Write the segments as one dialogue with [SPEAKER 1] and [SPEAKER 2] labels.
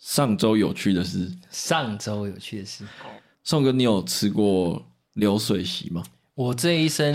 [SPEAKER 1] 上周有趣的事，
[SPEAKER 2] 上周有趣的事，
[SPEAKER 1] 宋哥，你有吃过流水席吗？
[SPEAKER 2] 我这一生，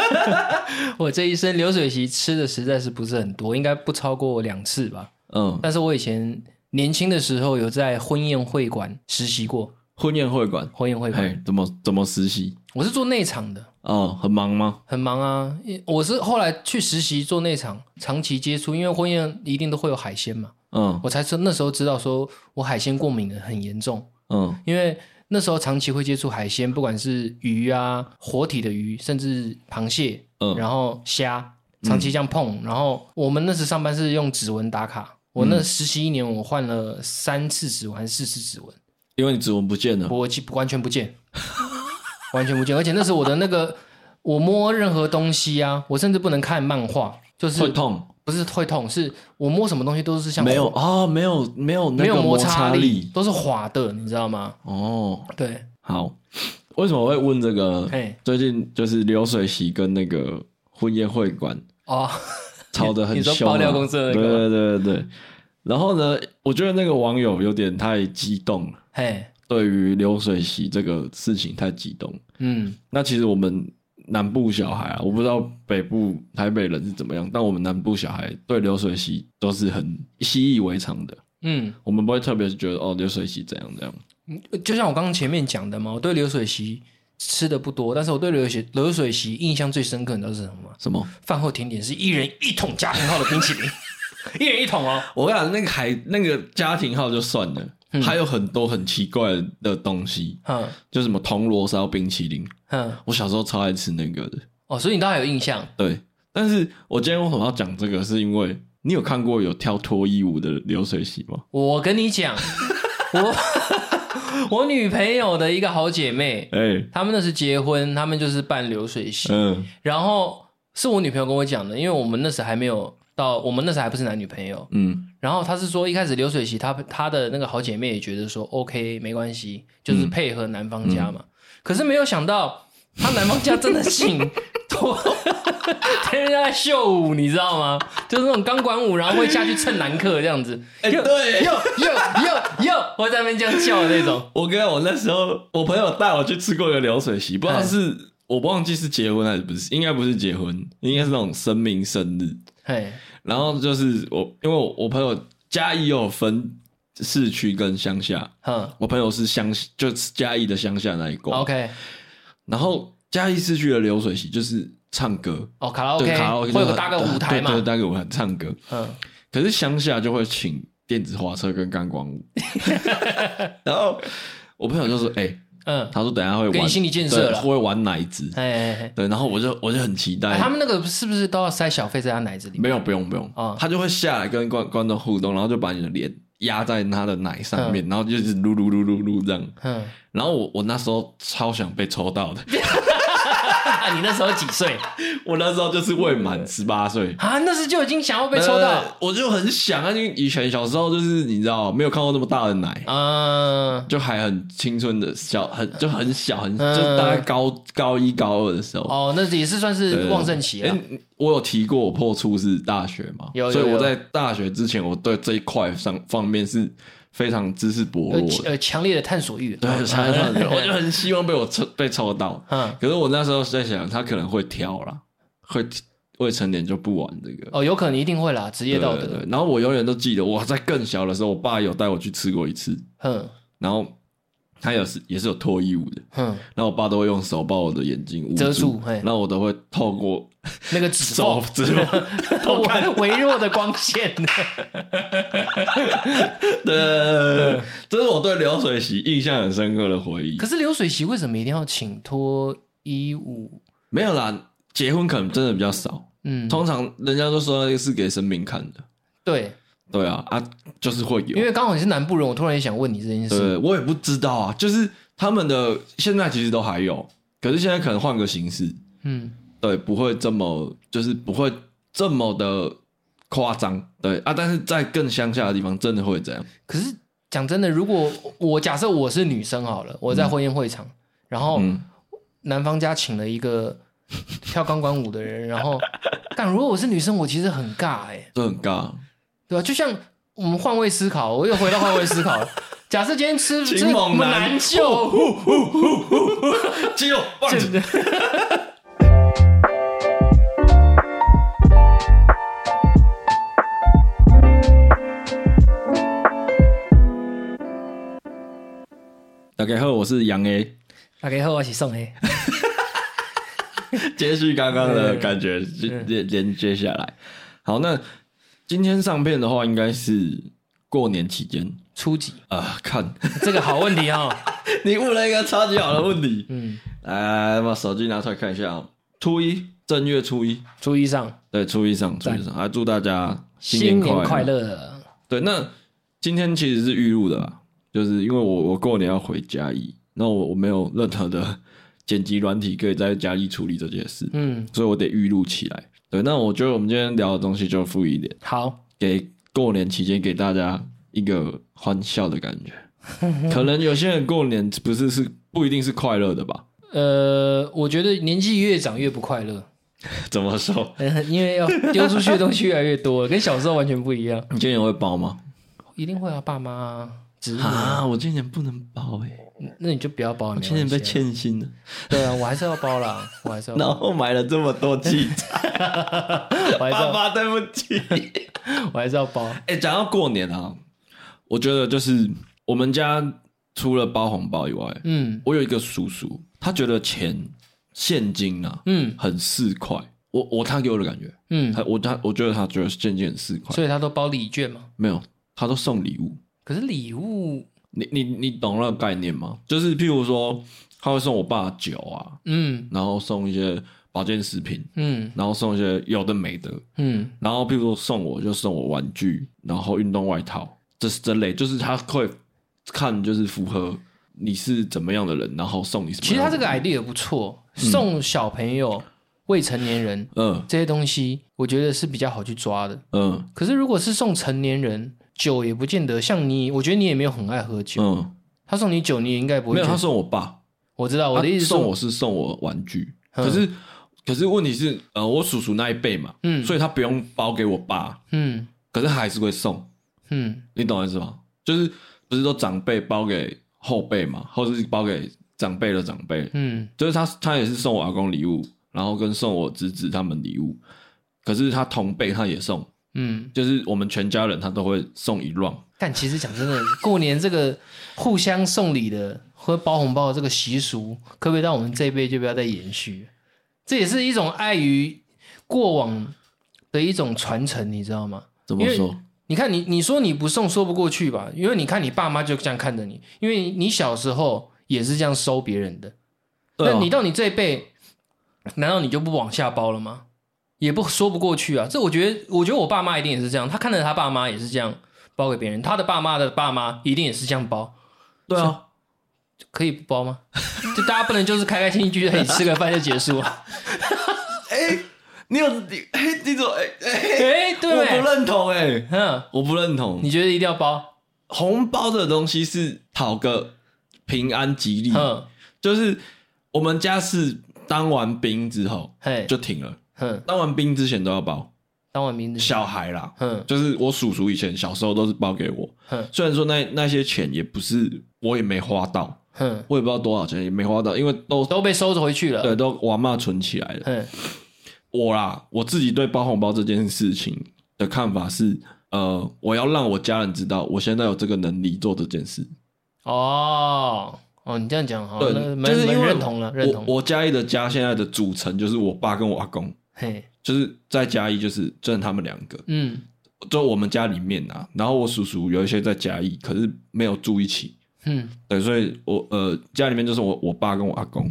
[SPEAKER 2] 我这一生流水席吃的实在是不是很多，应该不超过两次吧。
[SPEAKER 1] 嗯，
[SPEAKER 2] 但是我以前年轻的时候有在婚宴会馆实习过，
[SPEAKER 1] 婚宴会馆，
[SPEAKER 2] 婚宴会馆，
[SPEAKER 1] 哎，怎么怎么实习？
[SPEAKER 2] 我是做内场的，
[SPEAKER 1] 哦，很忙吗？
[SPEAKER 2] 很忙啊。我是后来去实习做内场，长期接触，因为婚宴一定都会有海鲜嘛，
[SPEAKER 1] 嗯
[SPEAKER 2] 我才知那时候知道说我海鲜过敏的很严重。
[SPEAKER 1] 嗯
[SPEAKER 2] 因为那时候长期会接触海鲜，不管是鱼啊、活体的鱼，甚至螃蟹，
[SPEAKER 1] 嗯
[SPEAKER 2] 然后虾，长期这样碰。然后我们那时上班是用指纹打卡，我
[SPEAKER 1] 嗯
[SPEAKER 2] 那实习一年，我换了三次指纹还是四次指纹，
[SPEAKER 1] 因为你指纹不见了，
[SPEAKER 2] 我记完全不 见，完全不见。而且那时候我的那个，我摸任何东西啊，我甚至不能看漫画，就是
[SPEAKER 1] 会痛？
[SPEAKER 2] 不是会痛，是我摸什么东西都是像
[SPEAKER 1] 没有啊，没有没有
[SPEAKER 2] 没
[SPEAKER 1] 那
[SPEAKER 2] 有
[SPEAKER 1] 个摩
[SPEAKER 2] 擦
[SPEAKER 1] 擦力。
[SPEAKER 2] 都是滑的，你知道吗？
[SPEAKER 1] 哦，
[SPEAKER 2] 对，
[SPEAKER 1] 好，为什么会问这个？
[SPEAKER 2] 嘿，
[SPEAKER 1] 最近就是流水席跟那个婚宴会馆
[SPEAKER 2] 哦。
[SPEAKER 1] 吵得很
[SPEAKER 2] 你
[SPEAKER 1] 凶、
[SPEAKER 2] 说
[SPEAKER 1] 啊，
[SPEAKER 2] 爆料公社那个吗
[SPEAKER 1] 对对对对对。然后呢，我觉得那个网友有点太激动了，
[SPEAKER 2] 嘿，
[SPEAKER 1] 对于流水席这个事情太激动。
[SPEAKER 2] 嗯，
[SPEAKER 1] 那其实我们南部小孩啊，我不知道北部台北人是怎么样，但我们南部小孩对流水席都是很习以为常的，
[SPEAKER 2] 嗯，
[SPEAKER 1] 我们不会特别觉得哦流水席怎样怎样。
[SPEAKER 2] 就像我刚刚前面讲的嘛，我对流水席吃的不多，但是我对流水流水席印象最深刻，你知道是什么吗？
[SPEAKER 1] 什么？
[SPEAKER 2] 饭后甜点是一人一桶家庭号的冰淇淋， 一人一桶哦。
[SPEAKER 1] 我跟你讲，那个还那个家庭号就算了，还有很多很奇怪的东西，
[SPEAKER 2] 嗯
[SPEAKER 1] 就什么铜锣烧冰淇淋，
[SPEAKER 2] 嗯，
[SPEAKER 1] 我小时候超爱吃那个的。
[SPEAKER 2] 哦，所以你都还有印象
[SPEAKER 1] 对，但是我今天为什么要讲这个？是因为你有看过有跳脱衣舞的流水席吗？
[SPEAKER 2] 我跟你讲， 我我女朋友的一个好姐妹，
[SPEAKER 1] 哎、
[SPEAKER 2] 她们那是结婚，她们就是办流水席，
[SPEAKER 1] 嗯
[SPEAKER 2] 然后是我女朋友跟我讲的，因为我们那时还没有到，我们那时还不是男女朋友，
[SPEAKER 1] 嗯
[SPEAKER 2] 然后他是说，一开始流水席她，她的那个好姐妹也觉得说 OK 没关系，就是
[SPEAKER 1] 嗯
[SPEAKER 2] 配合男方家嘛。可是没有想到，他男方家真的请 脱，天天在秀舞，你知道吗？就是那种钢管舞，然后会下去蹭男客这样子，
[SPEAKER 1] 哎、对，
[SPEAKER 2] 哟 哟哟哟，会在那边这样叫的那种。
[SPEAKER 1] 我跟我那时候我朋友带我去吃过一个流水席，不知道
[SPEAKER 2] 哎
[SPEAKER 1] 是、我忘记是结婚还是不是，应该不是结婚，应该是那种生命生日。
[SPEAKER 2] 嘿，
[SPEAKER 1] 然后就是我，因为我我朋友嘉义也有分市区跟乡下，
[SPEAKER 2] 哼
[SPEAKER 1] 我朋友是乡就是嘉义的乡下那一挂。
[SPEAKER 2] ，OK，
[SPEAKER 1] 然后嘉义市区的流水席就是唱歌，
[SPEAKER 2] 哦，卡拉
[SPEAKER 1] 对
[SPEAKER 2] OK，
[SPEAKER 1] 卡拉 OK
[SPEAKER 2] 会
[SPEAKER 1] 就
[SPEAKER 2] 有个
[SPEAKER 1] 是
[SPEAKER 2] 搭个舞台嘛
[SPEAKER 1] 对，对，搭个舞台唱歌。
[SPEAKER 2] 嗯，
[SPEAKER 1] 可是乡下就会请电子花车跟钢管 舞，然后我朋友就说：“哎、
[SPEAKER 2] 嗯，
[SPEAKER 1] 他说等一下会玩，
[SPEAKER 2] 给你心理建设了
[SPEAKER 1] 对会玩奶子。
[SPEAKER 2] 哎哎哎”
[SPEAKER 1] 对，然后我就我就很期待。
[SPEAKER 2] 哎，他们那个是不是都要塞小费在他奶子里面？
[SPEAKER 1] 没有不用不用
[SPEAKER 2] 啊
[SPEAKER 1] 他就会下来跟观观众互动，然后就把你的脸压在他的奶上面，然后就是噜噜噜噜噜这样。
[SPEAKER 2] 嗯，
[SPEAKER 1] 然后我我那时候超想被抽到 的，
[SPEAKER 2] 啊你那时候几岁？
[SPEAKER 1] 我那时候就是未满十八岁。
[SPEAKER 2] 啊，那时就已经想要被抽到，
[SPEAKER 1] 呃，我就很想啊，因为以前小时候就是你知道没有看过那么大的奶，
[SPEAKER 2] 嗯，
[SPEAKER 1] 就还很青春的小，很就很小，很
[SPEAKER 2] 嗯
[SPEAKER 1] 就大概高高一高二的时候。
[SPEAKER 2] 哦，那也是算是旺盛期
[SPEAKER 1] 哎
[SPEAKER 2] 了，，
[SPEAKER 1] 我有提过我破处是大学嘛，
[SPEAKER 2] 有有
[SPEAKER 1] 所以
[SPEAKER 2] 有
[SPEAKER 1] 我在大学之前，我对这一块上方面是非常知识薄
[SPEAKER 2] 呃
[SPEAKER 1] 弱的。
[SPEAKER 2] 呃，强烈的探索欲，啊
[SPEAKER 1] 对，才上 去，我就很希望被我抽被抽到。
[SPEAKER 2] 嗯，
[SPEAKER 1] 可是我那时候在想，他可能会挑啦，会未成年就不玩这个。
[SPEAKER 2] 哦，有可能一定会啦，职业道
[SPEAKER 1] 对对
[SPEAKER 2] 德，
[SPEAKER 1] 对然后我永远都记得，我在更小的时候，我爸有带我去吃过一次，
[SPEAKER 2] 哼
[SPEAKER 1] 然后他有是也是有脱衣舞的，
[SPEAKER 2] 哼，
[SPEAKER 1] 然后我爸都会用手把我的眼睛捂
[SPEAKER 2] 遮
[SPEAKER 1] 住
[SPEAKER 2] 住，嘿
[SPEAKER 1] 然后我都会透过
[SPEAKER 2] 那个指
[SPEAKER 1] 手
[SPEAKER 2] 缝，
[SPEAKER 1] 指 头偷看，
[SPEAKER 2] 微弱的光线，
[SPEAKER 1] 对，这是我对流水席印象很深刻的回忆
[SPEAKER 2] 可。是流水席为什么一定要请脱衣舞？
[SPEAKER 1] 没有啦，结婚可能真的比较少，
[SPEAKER 2] 嗯，
[SPEAKER 1] 通常人家都说那个是给生命看的，
[SPEAKER 2] 对，
[SPEAKER 1] 对啊，啊，就是会有
[SPEAKER 2] 因。为刚好你是南部人，我突然也想问你这件事，
[SPEAKER 1] 对，我也不知道啊，就是他们的现在其实都还有，可是现在可能换个形式，
[SPEAKER 2] 嗯，
[SPEAKER 1] 对，不会这么就是不会这么的夸张，对啊，但是在更乡下的地方真的会这样，
[SPEAKER 2] 可是讲真的，如果我假设我是女生好了，我在婚宴会场，然后
[SPEAKER 1] 嗯
[SPEAKER 2] 男方家请了一个跳钢管舞的 人，然后，但如果我是女生，我其实很尬哎、
[SPEAKER 1] 这很尬。
[SPEAKER 2] 对吧、就像我们换位思考，我又回到换位思考 了。假设今天吃吃
[SPEAKER 1] 秦猛男
[SPEAKER 2] 难救，
[SPEAKER 1] 肌肉棒子。大家好，我是杨 A。
[SPEAKER 2] 大家好，我是宋黑。
[SPEAKER 1] 接续刚刚的感觉，接连连接下来。好，那今天上片的话，应该是过年期间
[SPEAKER 2] 初级，
[SPEAKER 1] 啊。看，
[SPEAKER 2] 这个好问题哦。
[SPEAKER 1] 你问了一个超级好的问题。
[SPEAKER 2] 嗯，
[SPEAKER 1] 来，把手机拿出来看一下啊、初一，正月初一，
[SPEAKER 2] 初一上，
[SPEAKER 1] 对，初一上，初一上，还祝大家
[SPEAKER 2] 新
[SPEAKER 1] 年
[SPEAKER 2] 年快
[SPEAKER 1] 快。
[SPEAKER 2] 乐。
[SPEAKER 1] 对，那今天其实是预录的啦，就是因为我我过年要回嘉义，那我我没有任何的剪辑软体可以在嘉义处理这件事，
[SPEAKER 2] 嗯，
[SPEAKER 1] 所以我得预录起来。对，那我觉得我们今天聊的东西就富一点，
[SPEAKER 2] 好，
[SPEAKER 1] 给过年期间给大家一个欢笑的感 觉。可能有些人过年不是是不一定是快乐的吧？
[SPEAKER 2] 呃，我觉得年纪越长越不快乐，
[SPEAKER 1] 怎么说？
[SPEAKER 2] 呃 因为要丢出去的东西越来越多了，跟小时候完全不一样。
[SPEAKER 1] 你今年会包吗？
[SPEAKER 2] 一定会啊，爸妈啊植入啊，
[SPEAKER 1] 啊，我今年不能包哎、
[SPEAKER 2] 那你就不要包，
[SPEAKER 1] 我
[SPEAKER 2] 没
[SPEAKER 1] 今年被
[SPEAKER 2] 关系啊。
[SPEAKER 1] 欠薪了，
[SPEAKER 2] 对啊，我还是要包 啦，我还是要包，
[SPEAKER 1] 然后买了这么多 器材，
[SPEAKER 2] 我还是
[SPEAKER 1] 爸
[SPEAKER 2] 要，
[SPEAKER 1] 爸对不 起。
[SPEAKER 2] 我还是要包。
[SPEAKER 1] 哎、讲到过年啊，我觉得就是我们家除了包红包以外，
[SPEAKER 2] 嗯
[SPEAKER 1] 我有一个叔叔，他觉得钱现金啊
[SPEAKER 2] 嗯
[SPEAKER 1] 很市侩。我我他给我的感觉，
[SPEAKER 2] 嗯，
[SPEAKER 1] 他我他我觉得他觉得现金很市侩，
[SPEAKER 2] 所以他都包礼券嘛。
[SPEAKER 1] 没有，他都送礼物。
[SPEAKER 2] 可是礼物，
[SPEAKER 1] 你你你懂那个概念吗？就是譬如说，他会送我爸酒啊，
[SPEAKER 2] 嗯
[SPEAKER 1] 然后送一些保健食品，
[SPEAKER 2] 嗯
[SPEAKER 1] 然后送一些有的没的，
[SPEAKER 2] 嗯
[SPEAKER 1] 然后譬如说送我就送我玩具，然后运动外套，这是这类，就是他会看就是符合你是怎么样的人，然后送你什么。
[SPEAKER 2] 其实他这个 idea 不错，送小朋友、未成年人
[SPEAKER 1] 嗯
[SPEAKER 2] 这些东西，我觉得是比较好去抓的。
[SPEAKER 1] 嗯
[SPEAKER 2] 可是如果是送成年人，酒也不见得像你，我觉得你也没有很爱喝酒。
[SPEAKER 1] 嗯，
[SPEAKER 2] 他送你酒，你也应该不会
[SPEAKER 1] 没有，
[SPEAKER 2] 觉得
[SPEAKER 1] 他送我爸，
[SPEAKER 2] 我知道我的意思
[SPEAKER 1] 他
[SPEAKER 2] 是
[SPEAKER 1] 啊送
[SPEAKER 2] 说，
[SPEAKER 1] 我是送我玩具，
[SPEAKER 2] 嗯
[SPEAKER 1] 可是可是问题是，呃，我叔叔那一辈嘛，
[SPEAKER 2] 嗯
[SPEAKER 1] 所以他不用包给我爸，
[SPEAKER 2] 嗯
[SPEAKER 1] 可是他还是会送，
[SPEAKER 2] 嗯
[SPEAKER 1] 你懂我意思吗？就是不是说长辈包给后辈嘛，或者是包给长辈的长辈，
[SPEAKER 2] 嗯
[SPEAKER 1] 就是他他也是送我阿公礼物，然后跟送我侄子他们礼物，可是他同辈他也送，
[SPEAKER 2] 嗯，
[SPEAKER 1] 就是我们全家人他都会送一 round。
[SPEAKER 2] 但其实讲真的， 过年这个互相送礼的或包红包的这个习俗，可不可以到我们这一辈就不要再延续？这也是一种碍于过往的一种传承，你知道吗？
[SPEAKER 1] 怎
[SPEAKER 2] 么说？你看你，你说你不送说不过去吧？因为你看你爸妈就这样看着你，因为你小时候也是这样收别人的。
[SPEAKER 1] 对、
[SPEAKER 2] 那
[SPEAKER 1] 啊
[SPEAKER 2] 你，到你这一辈，难道你就不往下包了吗？也不说不过去啊。这我觉得，我觉得我爸妈一定也是这样，他看着他爸妈也是这样包给别人，他的爸妈的爸妈一定也是这样包，
[SPEAKER 1] 对啊，
[SPEAKER 2] 可以不包吗？ 就大家不能就是开开心心聚在一起吃个饭就结 束啊？
[SPEAKER 1] 你有你 哎，你怎么哎哎，
[SPEAKER 2] 哎、对不
[SPEAKER 1] 我不
[SPEAKER 2] 对？
[SPEAKER 1] 认同哎、
[SPEAKER 2] 嗯，
[SPEAKER 1] 我不认同。
[SPEAKER 2] 你觉得一定要包？
[SPEAKER 1] 红包的东西是讨个平安吉利，
[SPEAKER 2] 嗯，
[SPEAKER 1] 就是我们家是当完兵之后
[SPEAKER 2] 嘿，
[SPEAKER 1] 就停了，
[SPEAKER 2] 嗯，
[SPEAKER 1] 当完兵之前都要包。
[SPEAKER 2] 当我名字，
[SPEAKER 1] 小孩啦，
[SPEAKER 2] 嗯
[SPEAKER 1] 就是我叔叔以前小时候都是包给我，
[SPEAKER 2] 哼
[SPEAKER 1] 虽然说那那些钱也不是我也没花到，
[SPEAKER 2] 哼，
[SPEAKER 1] 我也不知道多少钱，也没花到，因为都
[SPEAKER 2] 都被收回去了。
[SPEAKER 1] 对都我妈存起来了。
[SPEAKER 2] 嗯
[SPEAKER 1] 我啦，我自己对包红包这件事情的看法是，呃，我要让我家人知道我现在有这个能力做这件事。
[SPEAKER 2] 哦哦，你这样讲好，
[SPEAKER 1] 对
[SPEAKER 2] 那，蛮
[SPEAKER 1] 就是因
[SPEAKER 2] 蛮
[SPEAKER 1] 为
[SPEAKER 2] 认同了，认同。
[SPEAKER 1] 我我嘉义的家现在的组成就是我爸跟我阿公，
[SPEAKER 2] 嘿，
[SPEAKER 1] 就是在嘉义就是剩他们两个，
[SPEAKER 2] 嗯
[SPEAKER 1] 就我们家里面啊，然后我叔叔有一些在嘉义，可是没有住一起。
[SPEAKER 2] 嗯
[SPEAKER 1] 对，所以我呃家里面就是我我爸跟我阿公，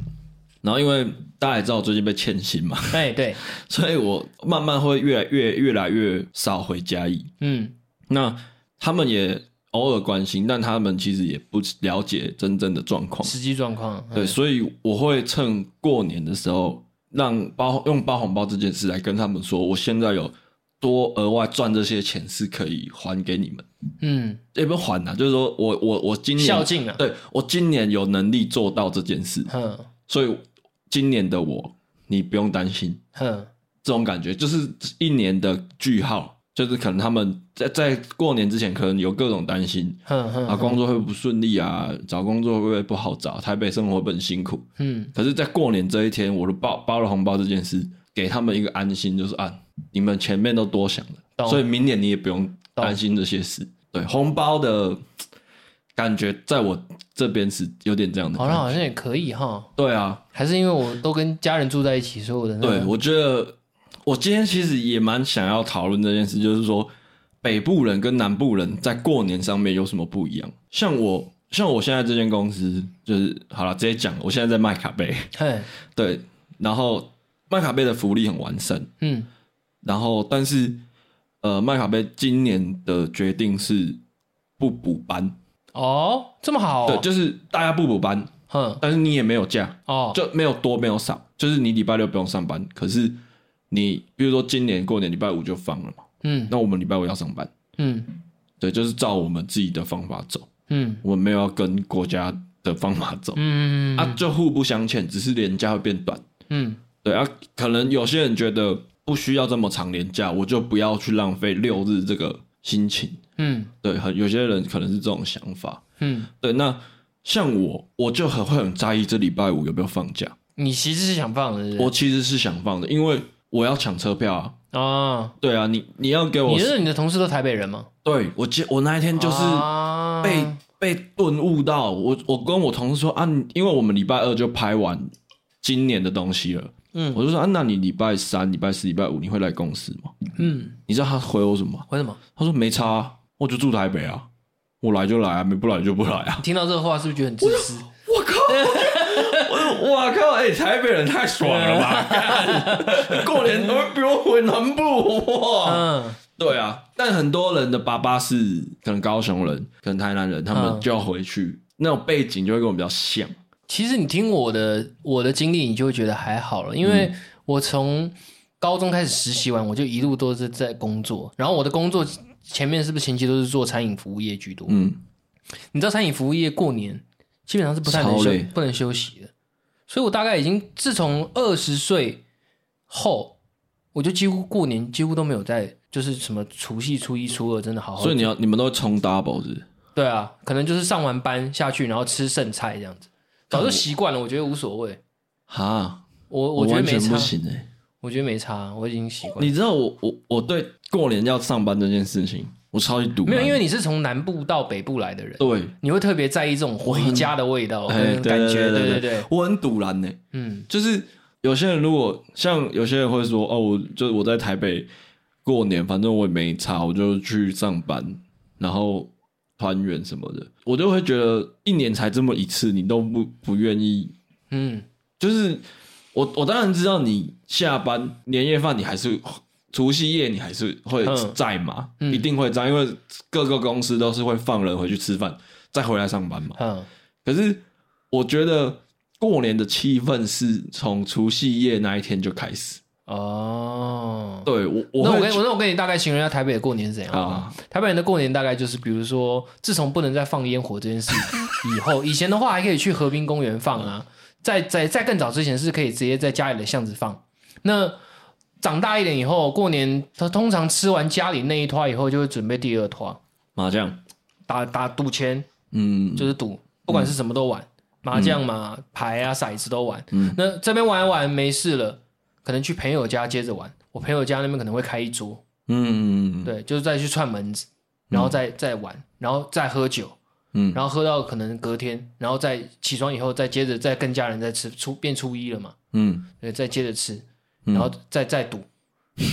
[SPEAKER 1] 然后因为大家也知道我最近被欠薪嘛，
[SPEAKER 2] 哎对，
[SPEAKER 1] 所以我慢慢会越来越越来越少回家义。
[SPEAKER 2] 嗯
[SPEAKER 1] 那他们也偶尔关心，但他们其实也不了解真正的状况。
[SPEAKER 2] 实际状况，嗯
[SPEAKER 1] 对，所以我会趁过年的时候，让包用包红包这件事来跟他们说，我现在有多额外赚这些钱是可以还给你们，
[SPEAKER 2] 嗯，
[SPEAKER 1] 也不还呐、就是说我我我今
[SPEAKER 2] 嗯
[SPEAKER 1] 年
[SPEAKER 2] 孝敬啊，
[SPEAKER 1] 对我今年有能力做到这件事，
[SPEAKER 2] 哼
[SPEAKER 1] 所以今年的我，你不用担心。
[SPEAKER 2] 哼，
[SPEAKER 1] 这种感觉就是一年的句号，就是可能他们在在过年之前可能有各种担心
[SPEAKER 2] 哼
[SPEAKER 1] 啊，
[SPEAKER 2] 哼，
[SPEAKER 1] 工作会不会不顺利啊，找工作会不会不好找，台北生活会不会很辛苦。
[SPEAKER 2] 嗯，
[SPEAKER 1] 可是，在过年这一天，我的包包了红包这件事，给他们一个安心，就是啊，你们前面都多想了，
[SPEAKER 2] 懂
[SPEAKER 1] 所以明年你也不用担心这些事。对，红包的感觉，在我这边是有点这样的
[SPEAKER 2] 好
[SPEAKER 1] 感
[SPEAKER 2] 像
[SPEAKER 1] 觉。
[SPEAKER 2] 好像也可以哈，
[SPEAKER 1] 对啊，
[SPEAKER 2] 还是因为我都跟家人住在一起，所以我的那
[SPEAKER 1] 对，
[SPEAKER 2] 个
[SPEAKER 1] 我觉得我今天其实也蛮想要讨论这件事，就是说北部人跟南部人在过年上面有什么不一样。像我，像我现在这间公司，就是好了，直接讲，我现在在卖卡贝，
[SPEAKER 2] 嘿，
[SPEAKER 1] 对，然后麦卡贝的福利很完善，
[SPEAKER 2] 嗯，
[SPEAKER 1] 然后但是呃，麦卡贝今年的决定是不补班，
[SPEAKER 2] 哦，这么好哦，
[SPEAKER 1] 对，就是大家不补班，
[SPEAKER 2] 哼，
[SPEAKER 1] 但是你也没有假，
[SPEAKER 2] 哦，
[SPEAKER 1] 就没有多没有少，就是你礼拜六不用上班，可是你比如说今年过年礼拜五就放了嘛，
[SPEAKER 2] 嗯
[SPEAKER 1] 那我们礼拜五要上班，
[SPEAKER 2] 嗯
[SPEAKER 1] 对，就是照我们自己的方法走，
[SPEAKER 2] 嗯
[SPEAKER 1] 我们没有要跟国家的方法走、
[SPEAKER 2] 嗯
[SPEAKER 1] 啊，就互不相欠，只是年假会变短。
[SPEAKER 2] 嗯，
[SPEAKER 1] 对啊，可能有些人觉得不需要这么长年假，我就不要去浪费六日这个心情。
[SPEAKER 2] 嗯
[SPEAKER 1] 对，很有些人可能是这种想法。
[SPEAKER 2] 嗯，
[SPEAKER 1] 对，那像我，我就很会很在意这礼拜五有没有放假。
[SPEAKER 2] 你其实是想放的是不
[SPEAKER 1] 我
[SPEAKER 2] 是，
[SPEAKER 1] 其实是想放的，因为我要抢车票啊。
[SPEAKER 2] 我啊，
[SPEAKER 1] 对啊，你你要给我
[SPEAKER 2] 你，认识你的同事都台北人吗？
[SPEAKER 1] 对我接我那一天就是
[SPEAKER 2] 啊
[SPEAKER 1] 被、被顿悟到，我我跟我同事说啊，你因为我们礼拜二就拍完今年的东西了，
[SPEAKER 2] 嗯
[SPEAKER 1] 我就说啊，那你礼拜三、礼拜四、礼拜五你会来公司吗？
[SPEAKER 2] 嗯，
[SPEAKER 1] 你知道他回我什么吗？
[SPEAKER 2] 为什么？
[SPEAKER 1] 他说没差啊，我就住台北啊，我来就来啊，没不来就不来啊。
[SPEAKER 2] 你听到这个话是不是觉得很自私？
[SPEAKER 1] 我靠！我哇靠！哎、台北人太爽了 吧！干过年都不用回南部哇。
[SPEAKER 2] 嗯
[SPEAKER 1] 对啊，但很多人的爸爸是可能高雄人，可能台南人，他们
[SPEAKER 2] 嗯
[SPEAKER 1] 就要回去，那种背景就会跟我们比较像。
[SPEAKER 2] 其实你听我的我的经历，你就会觉得还好了，
[SPEAKER 1] 嗯
[SPEAKER 2] 因为我从高中开始实习完，我就一路都是在工作，然后我的工作前面是不是前期都是做餐饮服务业居多？
[SPEAKER 1] 嗯，
[SPEAKER 2] 你知道餐饮服务业过年基本上是不太能
[SPEAKER 1] 超
[SPEAKER 2] 休
[SPEAKER 1] 累
[SPEAKER 2] 不能休息的，所以我大概已经自从二十岁后，我就几乎过年几乎都没有在就是什么除夕、初一、初二真的好好。
[SPEAKER 1] 所以你要你们都会冲 double 是不是
[SPEAKER 2] 对啊，可能就是上完班下去，然后吃剩菜这样子，早就习惯了，我觉得无所谓。
[SPEAKER 1] 哈，
[SPEAKER 2] 我我觉得
[SPEAKER 1] 完
[SPEAKER 2] 没
[SPEAKER 1] 全
[SPEAKER 2] 差
[SPEAKER 1] 不，行哎、
[SPEAKER 2] 我觉得没差，我已经习惯了。
[SPEAKER 1] 你知道我我我对过年要上班这件事情，我超级堵
[SPEAKER 2] 没有，因
[SPEAKER 1] 为
[SPEAKER 2] 为你是从南部到北部来的人，
[SPEAKER 1] 对
[SPEAKER 2] 你会特别在意这种回家的味道
[SPEAKER 1] 哎
[SPEAKER 2] 跟感觉。对对对，
[SPEAKER 1] 我很堵然呢、
[SPEAKER 2] 嗯
[SPEAKER 1] 就是有些人如果像有些人会说哦，我就是我在台北过年，反正我也没差，我就去上班，然后团圆什么的，我就会觉得一年才这么一次，你都不不愿意，
[SPEAKER 2] 嗯，
[SPEAKER 1] 就是我我当然知道你下班年夜饭你还是。除夕夜你还是会
[SPEAKER 2] 嗯
[SPEAKER 1] 在嘛？
[SPEAKER 2] 嗯
[SPEAKER 1] 一定会在，因为各个公司都是会放人回去吃饭，再回来上班嘛。
[SPEAKER 2] 嗯
[SPEAKER 1] 可是我觉得过年的气氛是从除夕夜那一天就开始。
[SPEAKER 2] 哦。
[SPEAKER 1] 对我，我
[SPEAKER 2] 那我
[SPEAKER 1] 会
[SPEAKER 2] 跟
[SPEAKER 1] 觉
[SPEAKER 2] 我那我跟你大概形容一下台北的过年是怎样
[SPEAKER 1] 啊
[SPEAKER 2] 台北人的过年大概就是，比如说，自从不能再放烟火 这件事以后，以前的话还可以去河滨公园放啊，在在在更早之前是可以直接在家里的巷子放。那长大一点以后，过年他通常吃完家里那一坨以后，就会准备第二坨，
[SPEAKER 1] 麻将，
[SPEAKER 2] 打打赌钱，
[SPEAKER 1] 嗯，
[SPEAKER 2] 就是赌，不管是什么都玩，麻将嘛、牌啊、骰子都玩。
[SPEAKER 1] 嗯
[SPEAKER 2] 那这边玩一玩没事了，可能去朋友家接着玩。我朋友家那边可能会开一桌，
[SPEAKER 1] 嗯，
[SPEAKER 2] 对，就是再去串门子，然后再、再玩，然后再喝酒，
[SPEAKER 1] 嗯
[SPEAKER 2] 然后喝到可能隔天，然后再起床以后再接着再跟家人再吃，初变初一了嘛，
[SPEAKER 1] 嗯，
[SPEAKER 2] 对，再接着吃，然后再、再赌，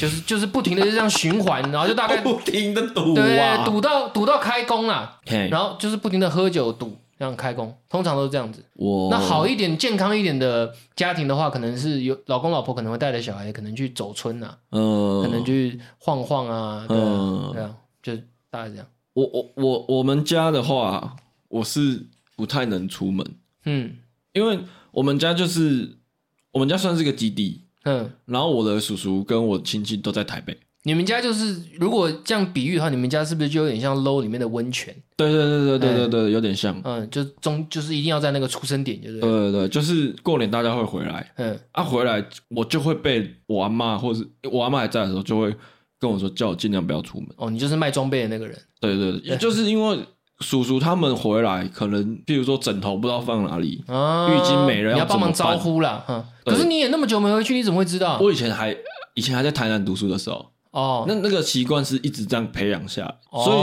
[SPEAKER 2] 就是就是不停的这样循环，然后就大概
[SPEAKER 1] 不停的赌
[SPEAKER 2] 对
[SPEAKER 1] 啊，
[SPEAKER 2] 赌到赌到开工啦，
[SPEAKER 1] 嘿，
[SPEAKER 2] 然后就是不停的喝酒赌。这样开工，通常都是这样子。
[SPEAKER 1] 我
[SPEAKER 2] 那好一点、健康一点的家庭的话，可能是有老公老婆可能会带着小孩，可能去走村啊，
[SPEAKER 1] 呃，
[SPEAKER 2] 可能去晃晃啊，对啊
[SPEAKER 1] 嗯，
[SPEAKER 2] 对啊，就大概这样。
[SPEAKER 1] 我我我我们家的话，我是不太能出门，
[SPEAKER 2] 嗯
[SPEAKER 1] 因为我们家就是我们家算是个基地，
[SPEAKER 2] 嗯，
[SPEAKER 1] 然后我的叔叔跟我亲戚都在台北。
[SPEAKER 2] 你们家就是如果这样比喻的话，你们家是不是就有点像 low 里面的温泉？
[SPEAKER 1] 对对对对对对对，有点像。
[SPEAKER 2] 嗯，就中就是一定要在那个出生点，就是
[SPEAKER 1] 对对对，就是过年大家会回来，
[SPEAKER 2] 嗯
[SPEAKER 1] 啊，回来我就会被我阿妈，或是我阿妈还在的时候，就会跟我说叫我尽量不要出门。
[SPEAKER 2] 哦，你就是卖装备的那个人，
[SPEAKER 1] 对对对，就是因为叔叔他们回来，可能譬如说枕头不知道放哪里，
[SPEAKER 2] 啊，
[SPEAKER 1] 浴巾没了
[SPEAKER 2] 你
[SPEAKER 1] 要
[SPEAKER 2] 要帮忙
[SPEAKER 1] 怎么办
[SPEAKER 2] 招呼啦。哈，
[SPEAKER 1] 对
[SPEAKER 2] 可是你也那么久没回去，你怎么会知道？
[SPEAKER 1] 我以前还以前还在台南读书的时候，
[SPEAKER 2] 哦，
[SPEAKER 1] 那那个习惯是一直这样培养下来，所以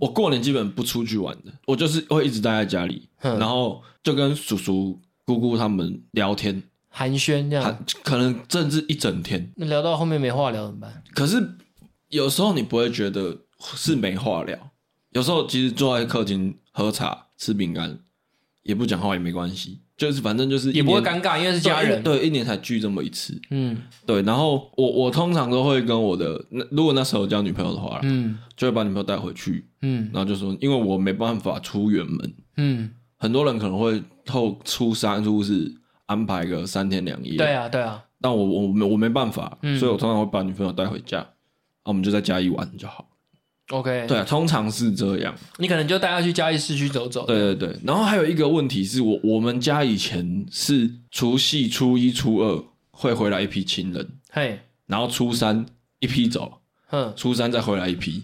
[SPEAKER 2] 以
[SPEAKER 1] 我过年基本不出去玩的，我就是会一直待在家里，
[SPEAKER 2] 嗯
[SPEAKER 1] 然后就跟叔叔、姑姑他们聊天，
[SPEAKER 2] 寒暄这
[SPEAKER 1] 还
[SPEAKER 2] 样，
[SPEAKER 1] 可能甚至一整天。
[SPEAKER 2] 那聊到后面没话聊怎么办？
[SPEAKER 1] 可是有时候你不会觉得是没话聊，有时候其实坐在客厅喝茶、吃饼干，也不讲话也没关系，就是反正就是一
[SPEAKER 2] 也不会
[SPEAKER 1] 年
[SPEAKER 2] 尴尬，因为是家人。
[SPEAKER 1] 对，对一年才聚这么一次。
[SPEAKER 2] 嗯
[SPEAKER 1] 对，然后我我通常都会跟我的，那如果那时候交女朋友的话啦，
[SPEAKER 2] 嗯
[SPEAKER 1] 就会把女朋友带回去，
[SPEAKER 2] 嗯
[SPEAKER 1] 然后就说，因为我没办法出远门，
[SPEAKER 2] 嗯，
[SPEAKER 1] 很多人可能会透初三、初四安排个三天两夜，
[SPEAKER 2] 对啊对啊，
[SPEAKER 1] 但我我没我没办法，
[SPEAKER 2] 嗯
[SPEAKER 1] 所以我通常会把女朋友带回家，啊，我们就在家一玩就好。
[SPEAKER 2] OK，
[SPEAKER 1] 对啊，通常是这样。
[SPEAKER 2] 你可能就带他去嘉义市区走走。
[SPEAKER 1] 对对对，然后还有一个问题是我我们家以前是除夕、初一、初二会回来一批亲人，
[SPEAKER 2] 嘿，
[SPEAKER 1] 然后初三一批走，
[SPEAKER 2] 哼，
[SPEAKER 1] 初三再回来一 批，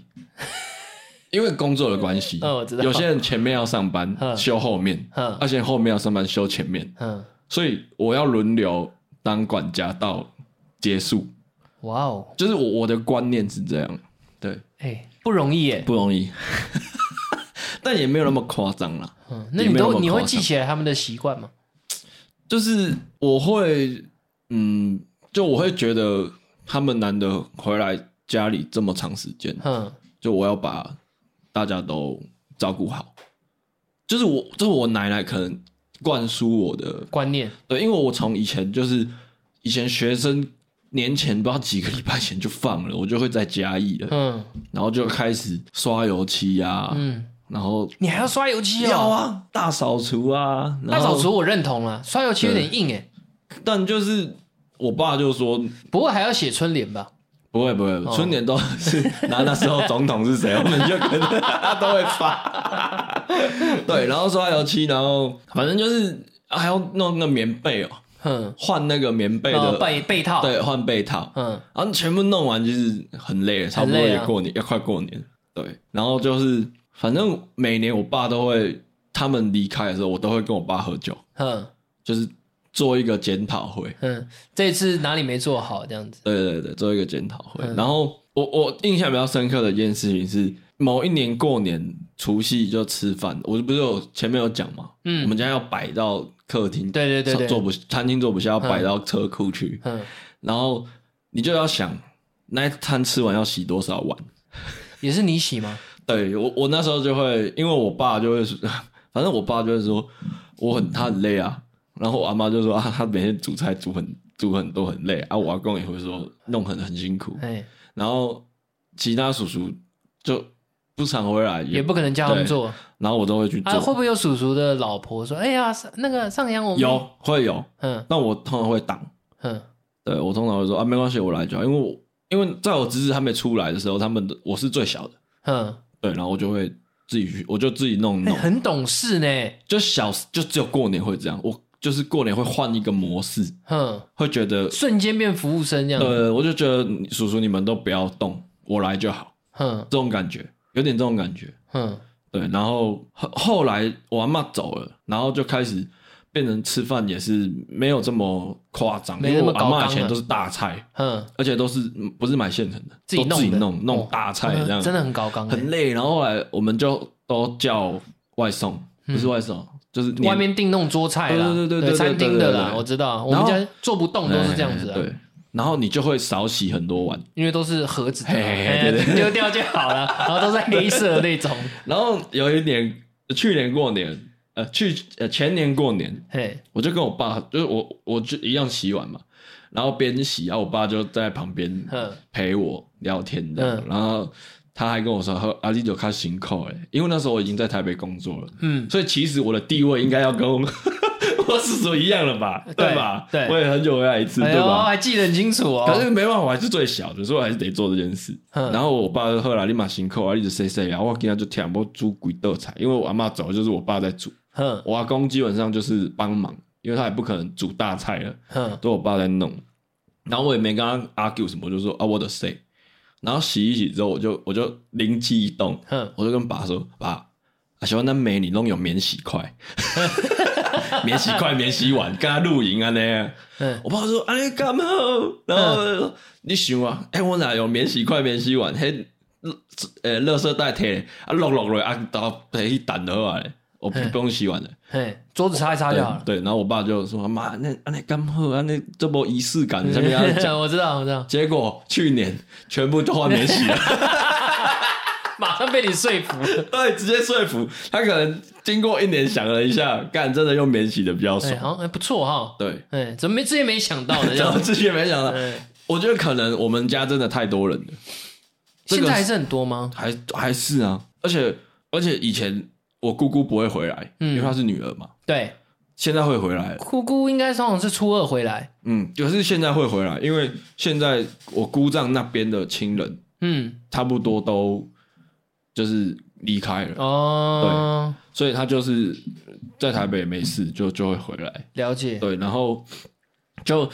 [SPEAKER 1] 因为工作的关系。
[SPEAKER 2] 嗯我知道
[SPEAKER 1] 有些人前面要上班
[SPEAKER 2] 嗯
[SPEAKER 1] 休后面，
[SPEAKER 2] 嗯
[SPEAKER 1] 而且后面要上班休前面，
[SPEAKER 2] 嗯，
[SPEAKER 1] 所以我要轮流当管家到结束。
[SPEAKER 2] 哇哦，
[SPEAKER 1] 就是我我的观念是这样，对，
[SPEAKER 2] 哎，不容易耶。
[SPEAKER 1] 不容易， 但也没有那么夸张啦。
[SPEAKER 2] 嗯，那
[SPEAKER 1] 也
[SPEAKER 2] 你
[SPEAKER 1] 没有那
[SPEAKER 2] 都
[SPEAKER 1] 么
[SPEAKER 2] 你会
[SPEAKER 1] 夸
[SPEAKER 2] 记
[SPEAKER 1] 张
[SPEAKER 2] 起来他们的习惯吗？
[SPEAKER 1] 就是我会，嗯，就我会觉得他们难得回来家里这么长时间，
[SPEAKER 2] 哼，
[SPEAKER 1] 就我要把大家都照顾好。就是我，就是我奶奶可能灌输我的，
[SPEAKER 2] 观念。
[SPEAKER 1] 对，因为我从以前就是以前学生年前不知道几个礼拜前就放了，我就会在嘉义了，
[SPEAKER 2] 嗯
[SPEAKER 1] 然后就开始刷油漆呀、
[SPEAKER 2] 嗯，
[SPEAKER 1] 然后
[SPEAKER 2] 你还要刷油漆
[SPEAKER 1] 要
[SPEAKER 2] 哦？
[SPEAKER 1] 啊，嗯大扫除啊，然
[SPEAKER 2] 大
[SPEAKER 1] 后
[SPEAKER 2] 扫除我认同了，刷油漆有点硬哎，
[SPEAKER 1] 但就是我爸就说
[SPEAKER 2] 不过还要写春联吧？
[SPEAKER 1] 不会不会，
[SPEAKER 2] 哦
[SPEAKER 1] 春联都是拿那时候总统是 谁，我们就可能他都会发。对，然后刷油漆，然后反正就是啊还要弄那个棉被哦，
[SPEAKER 2] 哼，
[SPEAKER 1] 换那个棉被
[SPEAKER 2] 哦
[SPEAKER 1] 的，
[SPEAKER 2] 被被套。
[SPEAKER 1] 对，换被套，
[SPEAKER 2] 嗯
[SPEAKER 1] 然后全部弄完就是很累了，差不多
[SPEAKER 2] 很累
[SPEAKER 1] 也
[SPEAKER 2] 啊
[SPEAKER 1] 过年，要快过年。对，然后就是反正每年我爸都会，他们离开的时候，我都会跟我爸喝酒，
[SPEAKER 2] 哼。
[SPEAKER 1] 就是做一个检讨会。
[SPEAKER 2] 嗯，这次哪里没做好这样子？
[SPEAKER 1] 对对对，做一个检讨会。
[SPEAKER 2] 嗯
[SPEAKER 1] 然后我我印象比较深刻的一件事情是，某一年过年除夕就吃饭，我不是有前面有讲嘛，
[SPEAKER 2] 嗯
[SPEAKER 1] 我们家要摆到客厅，
[SPEAKER 2] 对对对对
[SPEAKER 1] 坐不餐厅坐不下，要摆到车库去，
[SPEAKER 2] 嗯，
[SPEAKER 1] 然后你就要想那一餐吃完要洗多少碗。
[SPEAKER 2] 也是你洗吗？
[SPEAKER 1] 对我我那时候就会，因为我爸就会说， 反正我爸就会说我很他很累啊，然后我阿妈就说啊，他每天煮菜煮很煮很多很累啊，我阿公也会说弄很很辛苦，
[SPEAKER 2] 哎，
[SPEAKER 1] 然后其他叔叔就不常回来，
[SPEAKER 2] 也不可能叫他们做
[SPEAKER 1] 然后我都会去做，
[SPEAKER 2] 啊。会不会有叔叔的老婆说：“哎呀，上那个上阳我们
[SPEAKER 1] 有会有，
[SPEAKER 2] 嗯
[SPEAKER 1] 但我通常会挡，
[SPEAKER 2] 嗯
[SPEAKER 1] 对我通常会说啊，没关系，我来就好，因为我因为在我侄子还没出来的时候，他们的我是最小的，
[SPEAKER 2] 嗯，
[SPEAKER 1] 对，然后我就会自己去，我就自己弄一
[SPEAKER 2] 哎
[SPEAKER 1] 弄，
[SPEAKER 2] 很懂事呢。
[SPEAKER 1] 就小就只有过年会这样，我就是过年会换一个模式，
[SPEAKER 2] 嗯，
[SPEAKER 1] 会觉得，
[SPEAKER 2] 瞬间变服务生这样。
[SPEAKER 1] 呃，我就觉得你叔叔你们都不要动，我来就好，
[SPEAKER 2] 嗯
[SPEAKER 1] 这种感觉，有点这种感觉，
[SPEAKER 2] 嗯，
[SPEAKER 1] 对，然后后后来我阿妈走了，然后就开始变成吃饭也是没有这么夸张，
[SPEAKER 2] 没
[SPEAKER 1] 因为
[SPEAKER 2] 那么
[SPEAKER 1] 我阿
[SPEAKER 2] 高
[SPEAKER 1] 妈
[SPEAKER 2] 纲
[SPEAKER 1] 以前
[SPEAKER 2] 了
[SPEAKER 1] 都是大菜，
[SPEAKER 2] 嗯，
[SPEAKER 1] 而且都是嗯不是买现成的，
[SPEAKER 2] 自己
[SPEAKER 1] 都
[SPEAKER 2] 弄
[SPEAKER 1] 自己
[SPEAKER 2] 的
[SPEAKER 1] 弄弄
[SPEAKER 2] 哦
[SPEAKER 1] 大菜这样，
[SPEAKER 2] 真的很高纲欸，
[SPEAKER 1] 很累。然后后来我们就都叫外送，不是外送，就是年
[SPEAKER 2] 外面订那种桌菜啦，
[SPEAKER 1] 对对对对对
[SPEAKER 2] 餐厅的
[SPEAKER 1] 对对
[SPEAKER 2] 啦，
[SPEAKER 1] 对
[SPEAKER 2] 我知道，我
[SPEAKER 1] 然
[SPEAKER 2] 们
[SPEAKER 1] 后
[SPEAKER 2] 家做不动都是这样子
[SPEAKER 1] 哎
[SPEAKER 2] 的，
[SPEAKER 1] 对，然后你就会少洗很多碗，
[SPEAKER 2] 因为都是盒子的嘛，
[SPEAKER 1] 嘿嘿嘿
[SPEAKER 2] 哎
[SPEAKER 1] 对对
[SPEAKER 2] 丢掉就好 了，然后都是黑色的那种，
[SPEAKER 1] 然后有一年，去年过年，呃，去呃前年过年，
[SPEAKER 2] 嘿，
[SPEAKER 1] 我就跟我爸，就是我我就一样洗碗嘛，然后边洗，然后我爸就在旁边
[SPEAKER 2] 嗯
[SPEAKER 1] 陪我聊天的，
[SPEAKER 2] 嗯
[SPEAKER 1] 然后他还跟我说：“喝阿丽酒开辛苦哎，因为那时候我已经在台北工作了，
[SPEAKER 2] 嗯，
[SPEAKER 1] 所以其实我的地位应该要跟我 我叔叔一样了吧，
[SPEAKER 2] 对
[SPEAKER 1] 吧？
[SPEAKER 2] 对
[SPEAKER 1] 我也很久回来一次，
[SPEAKER 2] 哎
[SPEAKER 1] 对
[SPEAKER 2] 呦，
[SPEAKER 1] 吧？
[SPEAKER 2] 还记得很清楚哦。
[SPEAKER 1] 可是没办法，我还是最小的，所以我还是得做这件事。
[SPEAKER 2] 嗯
[SPEAKER 1] 然后我爸就后来立马辛苦啊，一直 say say 啊，我今天就舔我煮鬼豆菜，因为我阿妈走就是我爸在煮。
[SPEAKER 2] 哼
[SPEAKER 1] 我阿公基本上就是帮忙，因为他也不可能煮大菜了，
[SPEAKER 2] 哼，
[SPEAKER 1] 都我爸在弄。然后我也没跟他 argue 什么，我就说啊，我的 say，然后洗一洗之后，我就我就灵机一动，
[SPEAKER 2] 哼，
[SPEAKER 1] 我就跟爸说：“爸，啊、喜欢那美女弄有免洗块， 免洗块、免洗碗，跟他露营啊呢。
[SPEAKER 2] 嗯”
[SPEAKER 1] 我爸说：“啊，你干嘛？”然后、你想啊，哎、我哪有免洗块、免洗碗？嘿，呃、垃圾袋贴啊，落落落啊，到赔一单的话嘞，我不
[SPEAKER 2] 嗯
[SPEAKER 1] 不用洗碗了。
[SPEAKER 2] 嘿，桌子擦一擦就好了。
[SPEAKER 1] 对，对然后我爸就说：“妈，那啊那干嘛？啊那这波仪式感，哦你这 边要讲。
[SPEAKER 2] 我知道，我知道”，
[SPEAKER 1] 结果去年全部都换免洗了。
[SPEAKER 2] 马上被你说服了。
[SPEAKER 1] 对，直接说服他，可能经过一年想了一下，干真的用免洗的比较
[SPEAKER 2] 哎，
[SPEAKER 1] 爽。
[SPEAKER 2] 好像还不错哈。
[SPEAKER 1] 对，
[SPEAKER 2] 哎，怎么没之前没想到呢？ 这
[SPEAKER 1] 然
[SPEAKER 2] 样
[SPEAKER 1] 后
[SPEAKER 2] 子
[SPEAKER 1] 之前没想到，
[SPEAKER 2] 哎
[SPEAKER 1] 我觉得可能我们家真的太多人了，这
[SPEAKER 2] 现
[SPEAKER 1] 个
[SPEAKER 2] 在还是很多吗？
[SPEAKER 1] 还还是啊，而且而且以前我姑姑不会回来，
[SPEAKER 2] 嗯
[SPEAKER 1] 因为她是女儿嘛，
[SPEAKER 2] 对，
[SPEAKER 1] 现在会回来，
[SPEAKER 2] 姑姑应该通常是初二回来。
[SPEAKER 1] 嗯，可是现在会回来，因为现在我姑丈那边的亲人
[SPEAKER 2] 嗯，
[SPEAKER 1] 差不多都就是离开了，
[SPEAKER 2] 哦，
[SPEAKER 1] 所以他就是在台北没事就就会回来。
[SPEAKER 2] 了解。
[SPEAKER 1] 对，然后就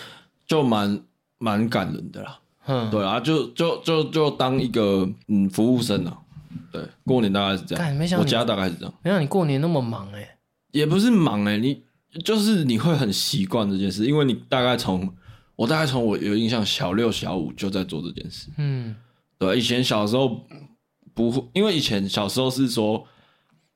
[SPEAKER 1] 就蛮蛮感人的啦。
[SPEAKER 2] 嗯，
[SPEAKER 1] 对啊，就就就就当一个嗯服务生啊。对，过年大概是这
[SPEAKER 2] 干
[SPEAKER 1] 样，
[SPEAKER 2] 没想到
[SPEAKER 1] 我
[SPEAKER 2] 你
[SPEAKER 1] 家大概是这样，
[SPEAKER 2] 哎没想到你过年那么忙哎。
[SPEAKER 1] 也不是忙哎、你就是你会很习惯这件事，因为你大概从我大概从我有印象小六小五就在做这件事。
[SPEAKER 2] 嗯，
[SPEAKER 1] 对，以前小时候不会，因为以前小时候是说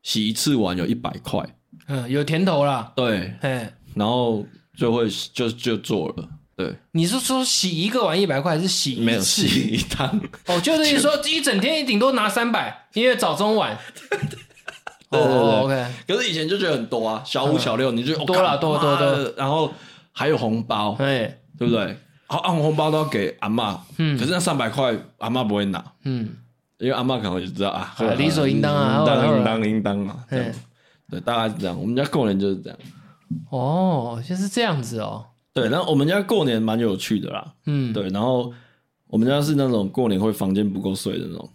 [SPEAKER 1] 洗一次碗有一百块，
[SPEAKER 2] 嗯，有甜头啦。
[SPEAKER 1] 对，
[SPEAKER 2] 哎，
[SPEAKER 1] 然后就会就就做了，对，
[SPEAKER 2] 你是说洗一个碗一百块，还是洗
[SPEAKER 1] 没
[SPEAKER 2] 一
[SPEAKER 1] 有
[SPEAKER 2] 次？
[SPEAKER 1] 洗一趟。
[SPEAKER 2] 哦，就等于 说一整天你顶多拿三百，因为早中晚。
[SPEAKER 1] 对对对
[SPEAKER 2] 哦，OK，
[SPEAKER 1] 可是以前就觉得很多啊，小五、
[SPEAKER 2] 嗯
[SPEAKER 1] 小六，你就
[SPEAKER 2] 多啦多多，
[SPEAKER 1] 哦干妈的然后还有红包，
[SPEAKER 2] 哎，
[SPEAKER 1] 对不对？好，按红包都要给阿妈，
[SPEAKER 2] 嗯
[SPEAKER 1] 可是那三百块阿妈不会拿，
[SPEAKER 2] 嗯，
[SPEAKER 1] 因为阿妈可能就知道啊，
[SPEAKER 2] 啊理所应当啊
[SPEAKER 1] 应
[SPEAKER 2] 好啦好
[SPEAKER 1] 当
[SPEAKER 2] 啦
[SPEAKER 1] 应当应当嘛，这样
[SPEAKER 2] 嗯
[SPEAKER 1] 对，大概是这样。我们家过年就是这样，
[SPEAKER 2] 哦，就是这样子哦。
[SPEAKER 1] 对。然后我们家过年蛮有趣的啦，
[SPEAKER 2] 嗯，
[SPEAKER 1] 对。然后我们家是那种过年会房间不够睡的那种，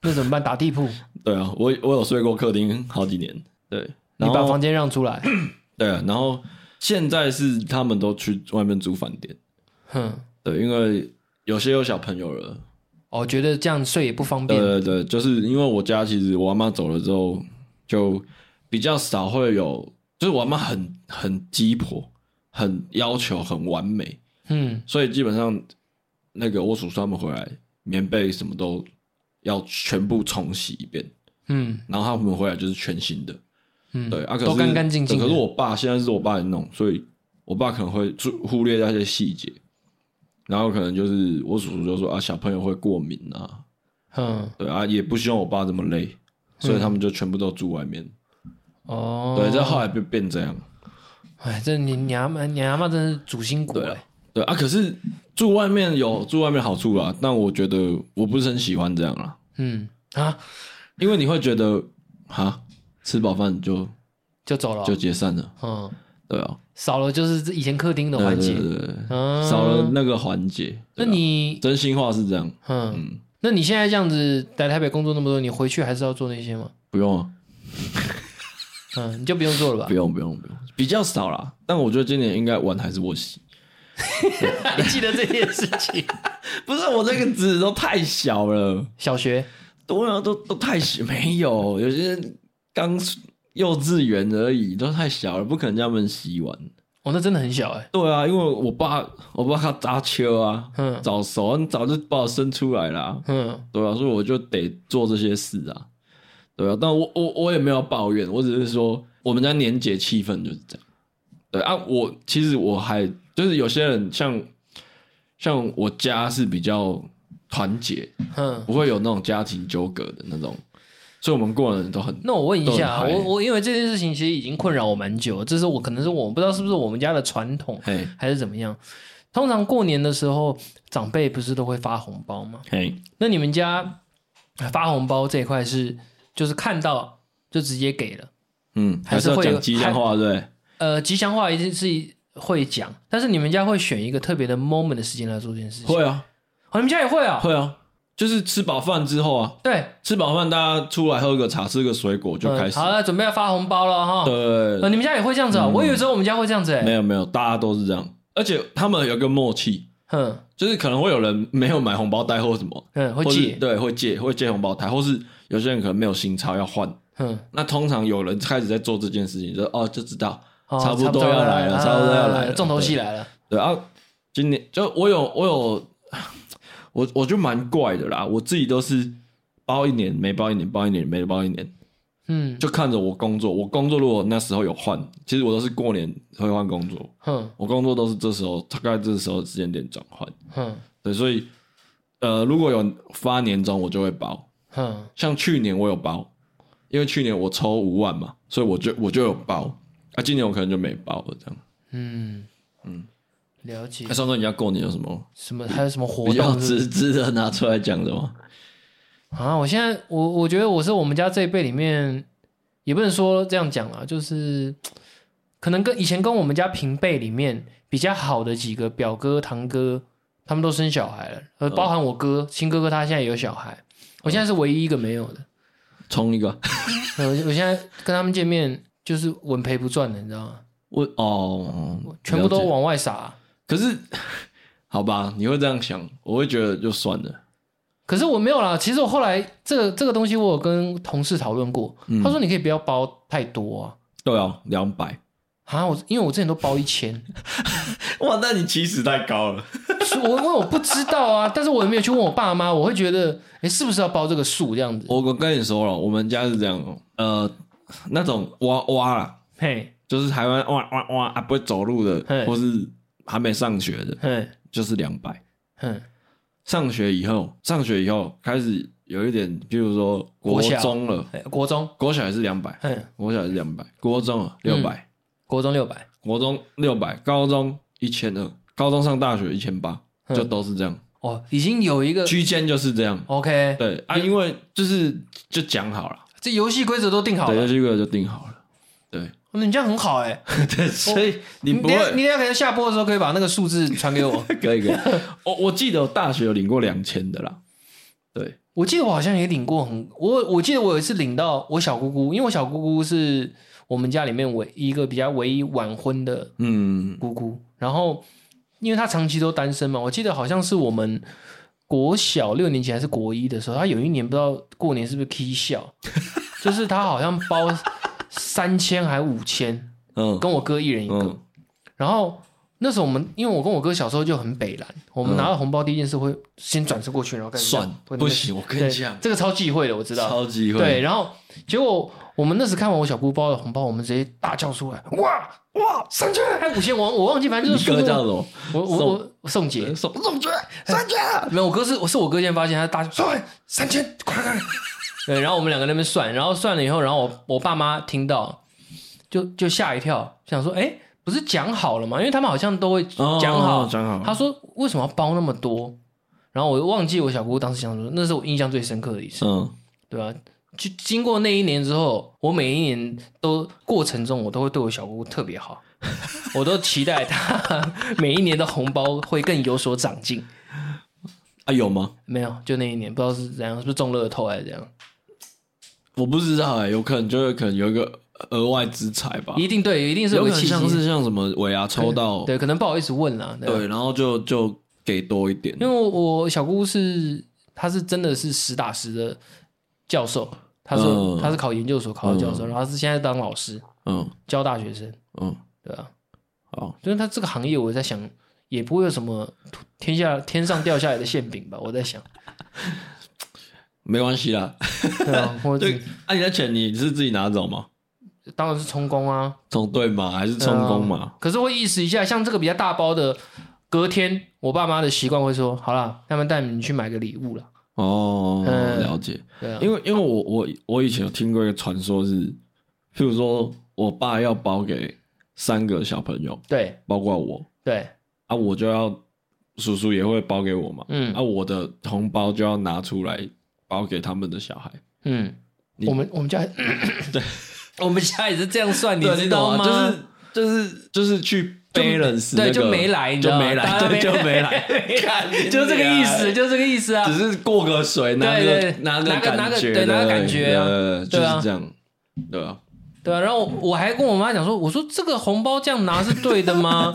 [SPEAKER 2] 那怎么办？打地铺，
[SPEAKER 1] 对啊，我我有睡过客厅好几年，对。
[SPEAKER 2] 你
[SPEAKER 1] 然
[SPEAKER 2] 把
[SPEAKER 1] 后
[SPEAKER 2] 房间让 出来。
[SPEAKER 1] 对啊，然后现在是他们都去外面租饭店。
[SPEAKER 2] 哼，
[SPEAKER 1] 对，因为有些有小朋友了，
[SPEAKER 2] 哦，觉得这样睡也不方
[SPEAKER 1] 对
[SPEAKER 2] 便。
[SPEAKER 1] 对对，就是因为我家其实我阿妈走了之后，就比较少会有，就是我阿妈很很鸡婆，很要求很完美，
[SPEAKER 2] 嗯，
[SPEAKER 1] 所以基本上那个我叔叔他们回来，棉被什么都要全部重洗一遍，
[SPEAKER 2] 嗯
[SPEAKER 1] 然后他们回来就是全新的，
[SPEAKER 2] 嗯，
[SPEAKER 1] 对啊，可是
[SPEAKER 2] 都干干净净的。
[SPEAKER 1] 可是我爸现在是我爸在弄，所以我爸可能会注忽略那些细节，然后可能就是我叔叔就说啊，小朋友会过敏啊，
[SPEAKER 2] 嗯，
[SPEAKER 1] 对啊，也不希望我爸这么累，所以他们就全部都住外面。
[SPEAKER 2] 哦，
[SPEAKER 1] 对，这后来就变这样。
[SPEAKER 2] 哎，这你你阿妈你阿妈真是主心骨哎。
[SPEAKER 1] 嗯对啊，可是住外面有住外面好处啦，但我觉得我不是很喜欢这样啦，
[SPEAKER 2] 嗯啊，
[SPEAKER 1] 因为你会觉得哈，吃饱饭就
[SPEAKER 2] 就走了
[SPEAKER 1] 就。解散了，
[SPEAKER 2] 嗯，
[SPEAKER 1] 对啊，
[SPEAKER 2] 少了就是以前客厅的
[SPEAKER 1] 对
[SPEAKER 2] 环
[SPEAKER 1] 对
[SPEAKER 2] 节。
[SPEAKER 1] 对对，对
[SPEAKER 2] 嗯，
[SPEAKER 1] 少了。啊那个环节。
[SPEAKER 2] 那
[SPEAKER 1] 对啊
[SPEAKER 2] 你
[SPEAKER 1] 真心话是这样，
[SPEAKER 2] 嗯，那你现在这样子在台北工作那么多，你回去还是要做那些吗？
[SPEAKER 1] 不用啊。
[SPEAKER 2] 嗯，你就不用做了吧
[SPEAKER 1] 不？用不用不用，啊比较少啦。但我觉得今年应该碗还是我洗。
[SPEAKER 2] 还记得这件事 情？
[SPEAKER 1] 不是我那个纸都太小了，
[SPEAKER 2] 小学，
[SPEAKER 1] 多少都都太小，没有有些刚幼稚园而已，都太小了，不可能叫他们洗碗。
[SPEAKER 2] 哦，那真的很小哎、
[SPEAKER 1] 对啊，因为我爸我爸他扎秋啊，
[SPEAKER 2] 嗯
[SPEAKER 1] 早熟，你早就把我生出来啦，
[SPEAKER 2] 嗯
[SPEAKER 1] 对啊，所以我就得做这些事啊，对啊，但我我我也没有抱怨，我只是说我们家年节气氛就是这样。对啊，我其实我还就是有些人像像我家是比较团结，
[SPEAKER 2] 嗯。
[SPEAKER 1] 不会有那种家庭纠葛的那种，所以我们过的人都很
[SPEAKER 2] 那我问一下啊，
[SPEAKER 1] 都很嗨
[SPEAKER 2] 我我因为这件事情其实已经困扰我蛮久了，这是我可能是我不知道是不是我们家的传统
[SPEAKER 1] 嘿
[SPEAKER 2] 还是怎么样。通常过年的时候，长辈不是都会发红包吗？
[SPEAKER 1] 嘿
[SPEAKER 2] 那你们家发红包这一块是就是看到就直接给了，
[SPEAKER 1] 嗯，
[SPEAKER 2] 还
[SPEAKER 1] 还
[SPEAKER 2] 是
[SPEAKER 1] 是要
[SPEAKER 2] 会有
[SPEAKER 1] 讲吉祥话对不对，
[SPEAKER 2] 呃，吉祥话一定是会讲，但是你们家会选一个特别的 moment 的时间来做这件事情。
[SPEAKER 1] 会啊
[SPEAKER 2] 哦，你们家也会啊、
[SPEAKER 1] 会啊，就是吃饱饭之后啊，
[SPEAKER 2] 对，
[SPEAKER 1] 吃饱饭大家出来喝个茶，吃个水果就开
[SPEAKER 2] 嗯
[SPEAKER 1] 始，
[SPEAKER 2] 好了，准备要发红包了哈。
[SPEAKER 1] 对，嗯
[SPEAKER 2] 呃，你们家也会这样子啊、我有时候我们家会这样子哎、
[SPEAKER 1] 没有没有，大家都是这样，而且他们有一个默契，
[SPEAKER 2] 哼
[SPEAKER 1] 就是可能会有人没有买红包袋或什么，
[SPEAKER 2] 哼，会
[SPEAKER 1] 或是
[SPEAKER 2] 借，
[SPEAKER 1] 对，会借会借红包袋，或是有些人可能没有新钞要换。
[SPEAKER 2] 哼，
[SPEAKER 1] 那通常有人开始在做这件事情，就哦就知道
[SPEAKER 2] 哦
[SPEAKER 1] 差不多要来了
[SPEAKER 2] 啊
[SPEAKER 1] 差不多要来了
[SPEAKER 2] 重头戏来了，
[SPEAKER 1] 对啊。今年就我有我有我我就蛮怪的啦，我自己都是包一年没包一年，包一年没包一年，
[SPEAKER 2] 嗯，
[SPEAKER 1] 就看着我工作。我工作如果那时候有换，其实我都是过年会换工作，
[SPEAKER 2] 哼
[SPEAKER 1] 我工作都是这时候大概这时候时间点转换。
[SPEAKER 2] 哼
[SPEAKER 1] 对，所以呃，如果有发年终，我就会包。
[SPEAKER 2] 哼，
[SPEAKER 1] 像去年我有包，因为去年我抽五万嘛，所以我就我就有包。啊，今年我可能就没包了，这样。
[SPEAKER 2] 嗯嗯，了解
[SPEAKER 1] 那。双哥，你要过年有什么
[SPEAKER 2] 什么还有什么活
[SPEAKER 1] 比较
[SPEAKER 2] 动是不是
[SPEAKER 1] 值值得拿出来讲的 吗？
[SPEAKER 2] 啊？我现在我我觉得我是我们家这一辈里面，也不能说这样讲啦，啊就是可能跟以前跟我们家平辈里面比较好的几个表哥堂哥，他们都生小孩了，呃，包含我哥亲哥哥他现在也有小孩，我现在是唯一一个没有的。
[SPEAKER 1] 冲一个，
[SPEAKER 2] 呃我我现在跟他们见面就是稳赔不赚的，你知道吗？
[SPEAKER 1] 我哦，
[SPEAKER 2] 全部都
[SPEAKER 1] 了解。
[SPEAKER 2] 往外撒、啊
[SPEAKER 1] 可是，好吧，你会这样想，我会觉得就算了。
[SPEAKER 2] 可是我没有啦。其实我后来这个这个东西，我有跟同事讨论过，他说你可以不要包太多啊。
[SPEAKER 1] 对啊，两百，
[SPEAKER 2] 啊，我因为我之前都包一千，
[SPEAKER 1] 哇，那你起始太高了。
[SPEAKER 2] 所以我因为我不知道啊， 但是我也没有去问我爸妈，我会觉得，哎，是不是要包这个数这样子？
[SPEAKER 1] 我我跟你说了，我们家是这样，哦，呃，那种哇哇啦，
[SPEAKER 2] 嘿，
[SPEAKER 1] 就是台湾哇哇哇啊不会走路
[SPEAKER 2] 嘿
[SPEAKER 1] 的，或是还没上学的，
[SPEAKER 2] 嘿，
[SPEAKER 1] 就是两百。
[SPEAKER 2] 哼，
[SPEAKER 1] 上学以后，上学以后开始有一点，比如说国
[SPEAKER 2] 国小
[SPEAKER 1] 中了，
[SPEAKER 2] 嘿国中，
[SPEAKER 1] 国小也是两百，
[SPEAKER 2] 哼，
[SPEAKER 1] 国小也是两百，国中了六
[SPEAKER 2] 嗯
[SPEAKER 1] 百、
[SPEAKER 2] 国中六百，
[SPEAKER 1] 国中六百，高中一千二，高中上大学一千八，
[SPEAKER 2] 嗯
[SPEAKER 1] 就都是这样，
[SPEAKER 2] 哦，已经有一个
[SPEAKER 1] 区间就是这样。
[SPEAKER 2] OK，
[SPEAKER 1] 对啊，因为就是就讲好了，
[SPEAKER 2] 这游戏规则都定好
[SPEAKER 1] 对，
[SPEAKER 2] 了，
[SPEAKER 1] 这个就定好了。对
[SPEAKER 2] 那你这样很好哎，
[SPEAKER 1] 对，所以你不
[SPEAKER 2] 等一下嗯你
[SPEAKER 1] 会
[SPEAKER 2] 等一下可能下播的时候可以把那个数字传给我，
[SPEAKER 1] 可以可以。 我我记得我大学有领过两千的啦，对，
[SPEAKER 2] 我记得我好像也领过很，我我记得我有一次领到我小姑姑，因为我小姑姑是我们家里面唯一个比较唯一晚婚的
[SPEAKER 1] 嗯
[SPEAKER 2] 姑姑，然后因为她长期都单身嘛，我记得好像是我们国小六年级还是国一的时候，她有一年不知道过年是不是 K 笑， 就是她好像包三千还五千，
[SPEAKER 1] 嗯
[SPEAKER 2] 跟我哥一人一个，
[SPEAKER 1] 嗯
[SPEAKER 2] 然后。那时候我们，因为我跟我哥小时候就很北蓝，我们
[SPEAKER 1] 嗯
[SPEAKER 2] 拿到红包第一件事会先转身过去，然后开始这样
[SPEAKER 1] 算
[SPEAKER 2] 会
[SPEAKER 1] 不行，我跟
[SPEAKER 2] 对
[SPEAKER 1] 你讲，
[SPEAKER 2] 这个超忌讳的，我知道。
[SPEAKER 1] 超级会，
[SPEAKER 2] 对，然后结果我们那时看完我小姑包的红包，我们直接大叫出来，哇哇，三千还五千，我我忘记，反正就是
[SPEAKER 1] 你哥
[SPEAKER 2] 数目
[SPEAKER 1] 叫什么？
[SPEAKER 2] 我我我宋姐，
[SPEAKER 1] 送送去三千，
[SPEAKER 2] 没有，我哥是我是我哥先发现，他大叫算三千，快快快！ 对，然后我们两个在那边算，然后算了以后，然后我我爸妈听到就就吓一跳，想说，哎，不是讲好了吗？因为他们好像都会
[SPEAKER 1] 哦
[SPEAKER 2] 讲好，
[SPEAKER 1] 讲好
[SPEAKER 2] 他说为什么要包那么多？然后我又忘记我小姑姑当时想说，那是我印象最深刻的一次。
[SPEAKER 1] 嗯，
[SPEAKER 2] 对啊，就经过那一年之后，我每一年都过程中，我都会对我小姑特别好，我都期待她每一年的红包会更有所长进。
[SPEAKER 1] 啊有吗？
[SPEAKER 2] 没有，就那一年不知道是怎样，是不是中乐透还是怎样？
[SPEAKER 1] 我不知道哎、有可能就是可能有一个额外之财吧，
[SPEAKER 2] 一定对，一定是
[SPEAKER 1] 有
[SPEAKER 2] 有
[SPEAKER 1] 可
[SPEAKER 2] 个
[SPEAKER 1] 能
[SPEAKER 2] 契
[SPEAKER 1] 像
[SPEAKER 2] 机。
[SPEAKER 1] 是像什么尾牙抽到，
[SPEAKER 2] 对，可能不好意思问啦。对吧，
[SPEAKER 1] 对，然后就就给多一点，
[SPEAKER 2] 因为我小姑是她是真的是实打实的教授，她是、
[SPEAKER 1] 嗯
[SPEAKER 2] 她是考研究所考的教授，然后她是现在当老师
[SPEAKER 1] 嗯
[SPEAKER 2] 教大学生，
[SPEAKER 1] 嗯，
[SPEAKER 2] 对啊。
[SPEAKER 1] 好，
[SPEAKER 2] 就是他这个行业，我在想，也不会有什么天下天上掉下来的馅饼 吧？我在想，
[SPEAKER 1] 没关系 啦。
[SPEAKER 2] 对啊，我
[SPEAKER 1] 对，啊，你的钱你是自己拿走吗？
[SPEAKER 2] 当然是充公啊，
[SPEAKER 1] 从对吗？还是充公嘛？
[SPEAKER 2] 可是会意识一下，像这个比较大包的，隔天我爸妈的习惯会说，好啦，他们带你去买个礼物了，
[SPEAKER 1] 哦，
[SPEAKER 2] 嗯
[SPEAKER 1] 了解。
[SPEAKER 2] 对啊，
[SPEAKER 1] 因为因为我我我以前有听过一个传说是，譬如说我爸要包给三个小朋友，
[SPEAKER 2] 对
[SPEAKER 1] 包括我
[SPEAKER 2] 对，
[SPEAKER 1] 啊，我就要叔叔也会包给我嘛，
[SPEAKER 2] 嗯
[SPEAKER 1] 啊，我的红包就要拿出来包给他们的小孩。
[SPEAKER 2] 嗯，
[SPEAKER 1] 你
[SPEAKER 2] 我们我们家对， 我们家也是这样算，你
[SPEAKER 1] 对
[SPEAKER 2] 知道吗？
[SPEAKER 1] 懂啊就是就是就是去
[SPEAKER 2] 就
[SPEAKER 1] balance，那
[SPEAKER 2] 对
[SPEAKER 1] 个
[SPEAKER 2] 就没来你知
[SPEAKER 1] 就
[SPEAKER 2] 道吗
[SPEAKER 1] 没来，
[SPEAKER 2] 大家
[SPEAKER 1] 对，
[SPEAKER 2] 没
[SPEAKER 1] 就没来， 看你
[SPEAKER 2] 就是这个意思，
[SPEAKER 1] 啊，
[SPEAKER 2] 就是这个意思啊，
[SPEAKER 1] 只是过个水，拿
[SPEAKER 2] 对
[SPEAKER 1] 个
[SPEAKER 2] 对
[SPEAKER 1] 拿个
[SPEAKER 2] 拿个拿
[SPEAKER 1] 感
[SPEAKER 2] 个
[SPEAKER 1] 觉，
[SPEAKER 2] 对拿个
[SPEAKER 1] 对
[SPEAKER 2] 感觉啊
[SPEAKER 1] 对对对就
[SPEAKER 2] 对啊
[SPEAKER 1] 是这样，对啊，
[SPEAKER 2] 对啊，然后我我还跟我妈讲说，我说这个红包这样拿是对 的吗？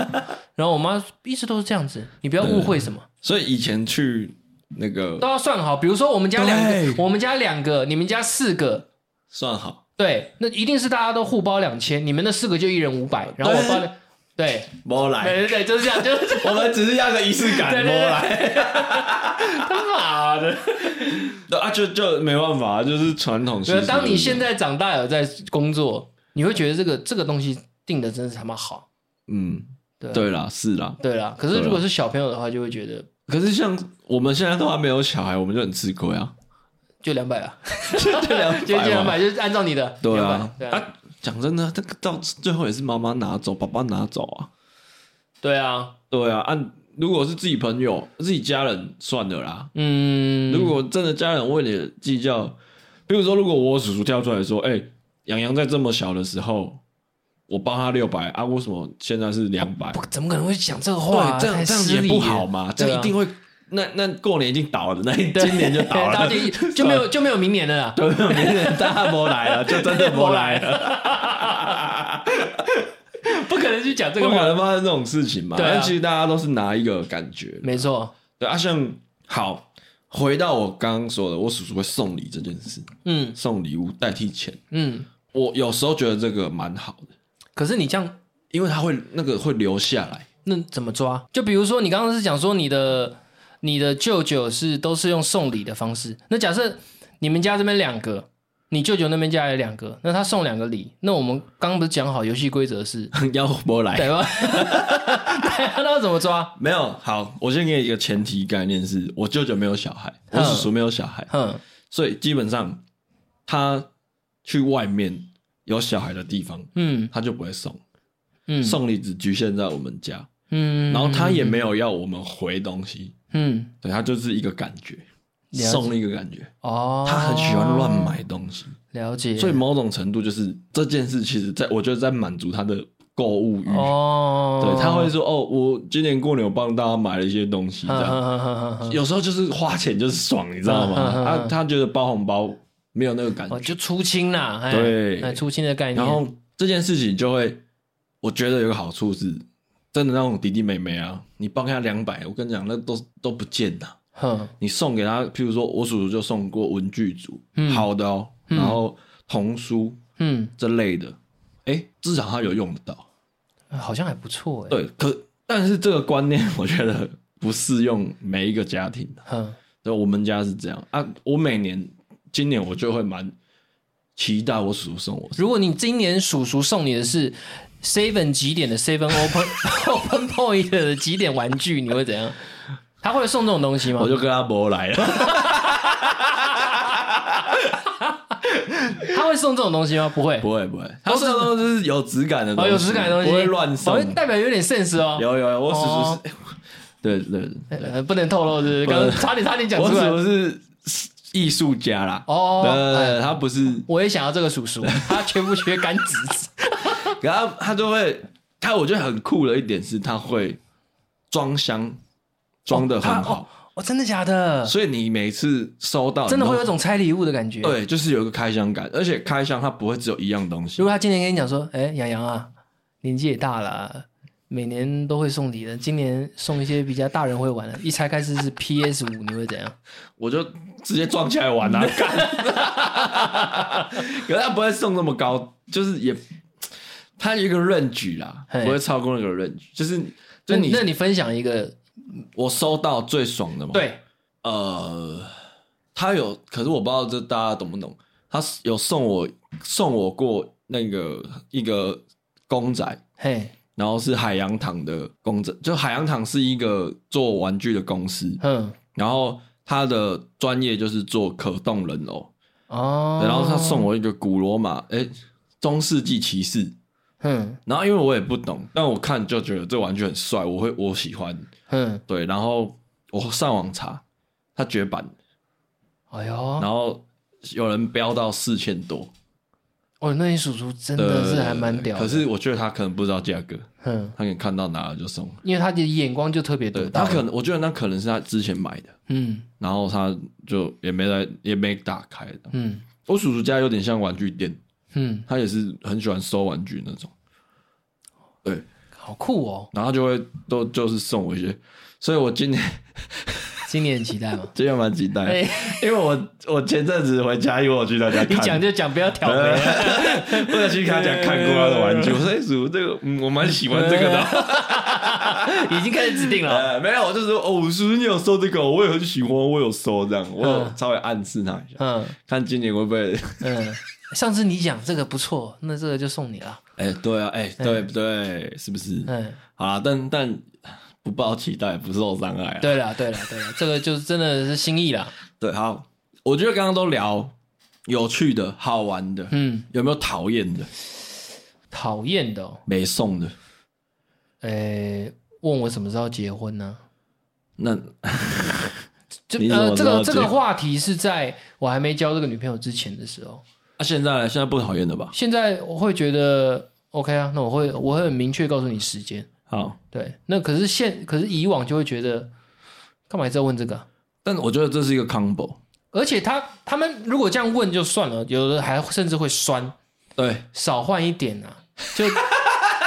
[SPEAKER 2] 然后我妈一直都是这样子，你不要误会什么，
[SPEAKER 1] 所以以前去那个
[SPEAKER 2] 都要算好。比如说我们家两
[SPEAKER 1] 对
[SPEAKER 2] 个，我们家两个，你们家四个，
[SPEAKER 1] 算好，
[SPEAKER 2] 对，那一定是大家都互包两千，你们那四个就一人五百，然后我包两，对，
[SPEAKER 1] 摸
[SPEAKER 2] 对
[SPEAKER 1] 来，
[SPEAKER 2] 对对，就是这样，就是这样
[SPEAKER 1] 我们 只是要个仪式感，
[SPEAKER 2] 对对
[SPEAKER 1] 摸
[SPEAKER 2] 对
[SPEAKER 1] 来。
[SPEAKER 2] 他妈的。
[SPEAKER 1] 对啊，就就没办法，就是传统习俗啊就
[SPEAKER 2] 对，
[SPEAKER 1] 是这样。
[SPEAKER 2] 当你现在长大有在工作，你会觉得这个这个东西定的真是他妈好，
[SPEAKER 1] 嗯，
[SPEAKER 2] 对啊
[SPEAKER 1] 对啦，是啦。
[SPEAKER 2] 对啦。可是如果是小朋友的话，就会觉得
[SPEAKER 1] 可是像我们现在都还没有小孩，我们就很吃亏啊，
[SPEAKER 2] 就两百啊，
[SPEAKER 1] 就两
[SPEAKER 2] 就就两
[SPEAKER 1] 嘛
[SPEAKER 2] 百，就是按照你的
[SPEAKER 1] 对
[SPEAKER 2] 200
[SPEAKER 1] 啊
[SPEAKER 2] 对，啊，
[SPEAKER 1] 啊，讲真的，这个到最后也是妈妈拿走，爸爸拿走啊。
[SPEAKER 2] 对啊，
[SPEAKER 1] 对啊，按、如果是自己朋友、自己家人，算了啦。
[SPEAKER 2] 嗯，
[SPEAKER 1] 如果真的家人为了计较，比如说，如果我叔叔跳出来说：“哎、洋洋在这么小的时候，我帮他六百啊，为什么现在是两百、
[SPEAKER 2] 不怎么可能会讲这个
[SPEAKER 1] 对
[SPEAKER 2] 话啊，，
[SPEAKER 1] 这样
[SPEAKER 2] 太
[SPEAKER 1] 这样
[SPEAKER 2] 失
[SPEAKER 1] 也
[SPEAKER 2] 礼
[SPEAKER 1] 不
[SPEAKER 2] 了
[SPEAKER 1] 好嘛，这
[SPEAKER 2] 对
[SPEAKER 1] 样一
[SPEAKER 2] 啊
[SPEAKER 1] 定会。那那过年已经倒了，那一今年就倒
[SPEAKER 2] 大
[SPEAKER 1] 了，
[SPEAKER 2] 家就就没有就没有明年了啦。
[SPEAKER 1] 对，明年大家没来 了，就真的没来了。
[SPEAKER 2] 不可能去讲这
[SPEAKER 1] 不
[SPEAKER 2] 个
[SPEAKER 1] 可
[SPEAKER 2] 话。
[SPEAKER 1] 能发生这种事情嘛？
[SPEAKER 2] 啊对啊
[SPEAKER 1] 但其实大家都是拿一个感觉，
[SPEAKER 2] 没错，
[SPEAKER 1] 对啊，像好回到我刚刚说的，我叔叔会送礼这件事，
[SPEAKER 2] 嗯
[SPEAKER 1] 送礼物代替钱，
[SPEAKER 2] 嗯。
[SPEAKER 1] 我有时候觉得这个蛮好的，
[SPEAKER 2] 可是你这样，
[SPEAKER 1] 因为他会那个会留下来。
[SPEAKER 2] 那怎么抓？就比如说，你刚刚是讲说你的你的舅舅是都是用送礼的方式。那假设你们家这边两个，你舅舅那边家也两个，那他送两个礼，那我们刚刚不是讲好游戏规则是
[SPEAKER 1] 要不来
[SPEAKER 2] 对吧？ 啊那要怎么抓？
[SPEAKER 1] 没有好，我先给你一个前提概念是，我舅舅没有小孩，我
[SPEAKER 2] 嗯
[SPEAKER 1] 叔叔没有小孩，
[SPEAKER 2] 哼，
[SPEAKER 1] 所以基本上他去外面有小孩的地方，
[SPEAKER 2] 嗯
[SPEAKER 1] 他就不会送，
[SPEAKER 2] 嗯
[SPEAKER 1] 送礼只局限在我们家，
[SPEAKER 2] 嗯，
[SPEAKER 1] 然后他也没有要我们回东西，
[SPEAKER 2] 嗯
[SPEAKER 1] 对他就是一个感觉，
[SPEAKER 2] 了解
[SPEAKER 1] 送了一个感觉。
[SPEAKER 2] 哦，
[SPEAKER 1] 他很喜欢乱，买东西，
[SPEAKER 2] 了解，
[SPEAKER 1] 所以某种程度就是这件事，其实在我觉得在满足他的购物欲。
[SPEAKER 2] 哦，
[SPEAKER 1] 对，他会说：“哦，我今年过年我帮大家买了一些东西，这样。
[SPEAKER 2] 嗯，
[SPEAKER 1] 有时候就是花钱就是爽，你知道吗？
[SPEAKER 2] 嗯嗯嗯
[SPEAKER 1] 啊，他觉得包红包没有那个感
[SPEAKER 2] 哦，
[SPEAKER 1] 觉，
[SPEAKER 2] 就出清啦，
[SPEAKER 1] 嗯
[SPEAKER 2] 哎
[SPEAKER 1] 对
[SPEAKER 2] 哎出清的概念。
[SPEAKER 1] 然后这件事情就会，我觉得有个好处是，真的那种弟弟妹妹啊，你帮他两百，我跟你讲，那都都不见呐。
[SPEAKER 2] 哼，
[SPEAKER 1] 你送给他，譬如说我叔叔就送过文具组，
[SPEAKER 2] 嗯
[SPEAKER 1] 好的哦，然后童书，
[SPEAKER 2] 嗯，
[SPEAKER 1] 这类的，哎、至少他有用得到。
[SPEAKER 2] 好像还不错哎。，
[SPEAKER 1] 对，可但是这个观念我觉得不适用每一个家庭的。
[SPEAKER 2] 哼，
[SPEAKER 1] 对，我们家是这样啊，我每年今年我就会蛮期待我叔叔送我。
[SPEAKER 2] 如果你今年叔叔送你的是 Seven 几点的 Seven Open Open Point 的几点玩具，你会怎样？他会送这种东西吗
[SPEAKER 1] 我？就跟他博来了，
[SPEAKER 2] 他会送这种东西吗？不会，
[SPEAKER 1] 不会不会，他送的东西是有质感的东
[SPEAKER 2] 哦，
[SPEAKER 1] 西，
[SPEAKER 2] 有质感的东西
[SPEAKER 1] 不会乱送
[SPEAKER 2] 哦。代表有点 sense 哦。
[SPEAKER 1] 有有有，我叔叔是， 对对对，
[SPEAKER 2] 呃，不能透露，是不是？
[SPEAKER 1] 不
[SPEAKER 2] 刚
[SPEAKER 1] 能
[SPEAKER 2] 刚差点差点讲
[SPEAKER 1] 我
[SPEAKER 2] 出来。
[SPEAKER 1] 叔叔是艺术家啦。
[SPEAKER 2] 哦
[SPEAKER 1] 对对对，他不是
[SPEAKER 2] 我也想要这个叔叔， 他缺不缺干侄子？
[SPEAKER 1] 然后他就会，他我觉得很酷的一点是，他会装箱装的很好，
[SPEAKER 2] 哦，真的假的？
[SPEAKER 1] 所以你每次收到，
[SPEAKER 2] 真的会有
[SPEAKER 1] 你
[SPEAKER 2] 一种拆礼物的感觉。
[SPEAKER 1] 都对，就是有一个开箱感，而且开箱它不会只有一样东西
[SPEAKER 2] 如，果他今年跟你讲说，哎、洋洋啊，年纪也大了，每年都会送礼的，今年送一些比较大人会玩的，一拆开始是 PS 五，你会怎样？
[SPEAKER 1] 我就直接装起来玩啊，干！ 可是他不会送那么高，就是也，他有一个 range 啦，
[SPEAKER 2] 嘿
[SPEAKER 1] 不会超过那个 range，就是就
[SPEAKER 2] 那
[SPEAKER 1] 你
[SPEAKER 2] 那你分享一个，
[SPEAKER 1] 我收到最爽的嘛，
[SPEAKER 2] 对，
[SPEAKER 1] 呃，他有，可是我不知道这大家懂不懂。他有送我送我过那个一个公仔，
[SPEAKER 2] 嘿，
[SPEAKER 1] 然后是海洋堂的公仔，就海洋堂是一个做玩具的公司，
[SPEAKER 2] 哼，
[SPEAKER 1] 然后他的专业就是做可动人偶，
[SPEAKER 2] 哦，
[SPEAKER 1] 对然后他送，我一个古罗马，哎、中世纪骑士。
[SPEAKER 2] 哼
[SPEAKER 1] 然后因为我也不懂，但我看就觉得这玩具很帅，我会我喜欢。
[SPEAKER 2] 哼，
[SPEAKER 1] 对，然后我上网查，它绝版，
[SPEAKER 2] 哎呦，
[SPEAKER 1] 然后有人标到四千多，
[SPEAKER 2] 哦，那你叔叔真的是还蛮屌的，
[SPEAKER 1] 可是我觉得他可能不知道价格，
[SPEAKER 2] 哼，
[SPEAKER 1] 他可能看到哪了就送。
[SPEAKER 2] 因为他的眼光就特别独
[SPEAKER 1] 对
[SPEAKER 2] 到，
[SPEAKER 1] 他可能，我觉得那可能是他之前买的，
[SPEAKER 2] 嗯
[SPEAKER 1] 然后他就也没来，也没打开。
[SPEAKER 2] 嗯
[SPEAKER 1] 我叔叔家有点像玩具店，
[SPEAKER 2] 嗯，
[SPEAKER 1] 他也是很喜欢收玩具那种，对，
[SPEAKER 2] 好酷哦！
[SPEAKER 1] 然后他就会都就是送我一些，所以我今年
[SPEAKER 2] 今年很期待吗
[SPEAKER 1] ？今年蛮期待的，
[SPEAKER 2] 哎、
[SPEAKER 1] 因为我我前阵子回家，因为我去他家
[SPEAKER 2] 你讲
[SPEAKER 1] 看，呃
[SPEAKER 2] 就讲，不要挑眉啊。
[SPEAKER 1] 我有去他家看过他的玩具，我说哎，叔这个嗯，我蛮喜欢这个的。
[SPEAKER 2] 哎 已经开始指定了。
[SPEAKER 1] 呃，没有，我就说哦，叔叔你有收这个，我也很喜欢，我有收这样，我有
[SPEAKER 2] 嗯
[SPEAKER 1] 稍微暗示他一下，
[SPEAKER 2] 嗯
[SPEAKER 1] 看今年会不 会？
[SPEAKER 2] 嗯，上次你讲这个不错，那这个就送你了。
[SPEAKER 1] 哎、对啊，哎、对不对？是不是？
[SPEAKER 2] 嗯，
[SPEAKER 1] 好啦，但但不抱期待，不受伤害啊。
[SPEAKER 2] 对了对了对了，这个就是真的是心意啦。
[SPEAKER 1] 对，好，我觉得刚刚都聊有趣的、好玩的，
[SPEAKER 2] 嗯，
[SPEAKER 1] 有没有讨厌的、
[SPEAKER 2] 讨厌的、哦，
[SPEAKER 1] 没送的？
[SPEAKER 2] 诶、问我什么时候结婚呢？
[SPEAKER 1] 那啊
[SPEAKER 2] 这
[SPEAKER 1] 你怎么
[SPEAKER 2] 呃，这
[SPEAKER 1] 知道
[SPEAKER 2] 个
[SPEAKER 1] 结
[SPEAKER 2] 这个话题是在我还没交这个女朋友之前的时候。
[SPEAKER 1] 那现在呢现在不讨厌了吧？
[SPEAKER 2] 现在我会觉得 OK 啊，那我会我会很明确告诉你时间。
[SPEAKER 1] 好，
[SPEAKER 2] 对，那可是现可是以往就会觉得，干嘛一直要问这个啊、
[SPEAKER 1] 但我觉得这是一个 combo。
[SPEAKER 2] 而且他他们如果这样问就算了，有的还甚至会酸，
[SPEAKER 1] 对，
[SPEAKER 2] 少换一点啊，就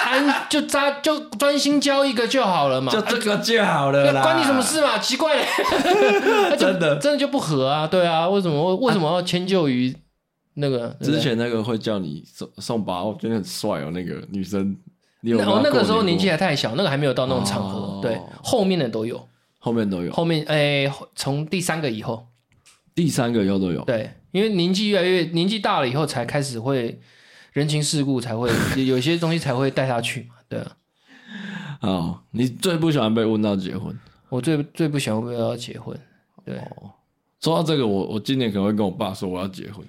[SPEAKER 2] 安就扎就专心教一个就好了嘛，
[SPEAKER 1] 就这个就好了啦，
[SPEAKER 2] 那啊关你什么？事嘛？奇 怪嘞，那就
[SPEAKER 1] 真的
[SPEAKER 2] 真的就不合啊，对啊，为什么为什么要迁就于那个对不对
[SPEAKER 1] 之前那个会叫你送送包，我觉得很帅哦。那个女生，你有
[SPEAKER 2] 那
[SPEAKER 1] 没有
[SPEAKER 2] 哦那个时候
[SPEAKER 1] 过
[SPEAKER 2] 年纪
[SPEAKER 1] 过
[SPEAKER 2] 还太小，那个还没有到那种场合，
[SPEAKER 1] 哦
[SPEAKER 2] 对，后面的都有，
[SPEAKER 1] 后面都有，
[SPEAKER 2] 后面哎从第三个以后，
[SPEAKER 1] 第三个以后都有。
[SPEAKER 2] 对，因为年纪越来越年纪大了以后，才开始会人情世故，才会有有些东西才会带他去嘛。对啊，
[SPEAKER 1] 好，你最不喜欢被问到结婚？
[SPEAKER 2] 我最最不喜欢为了要结婚，对
[SPEAKER 1] 哦说到这个，我我今年可能会跟我爸说我要结婚，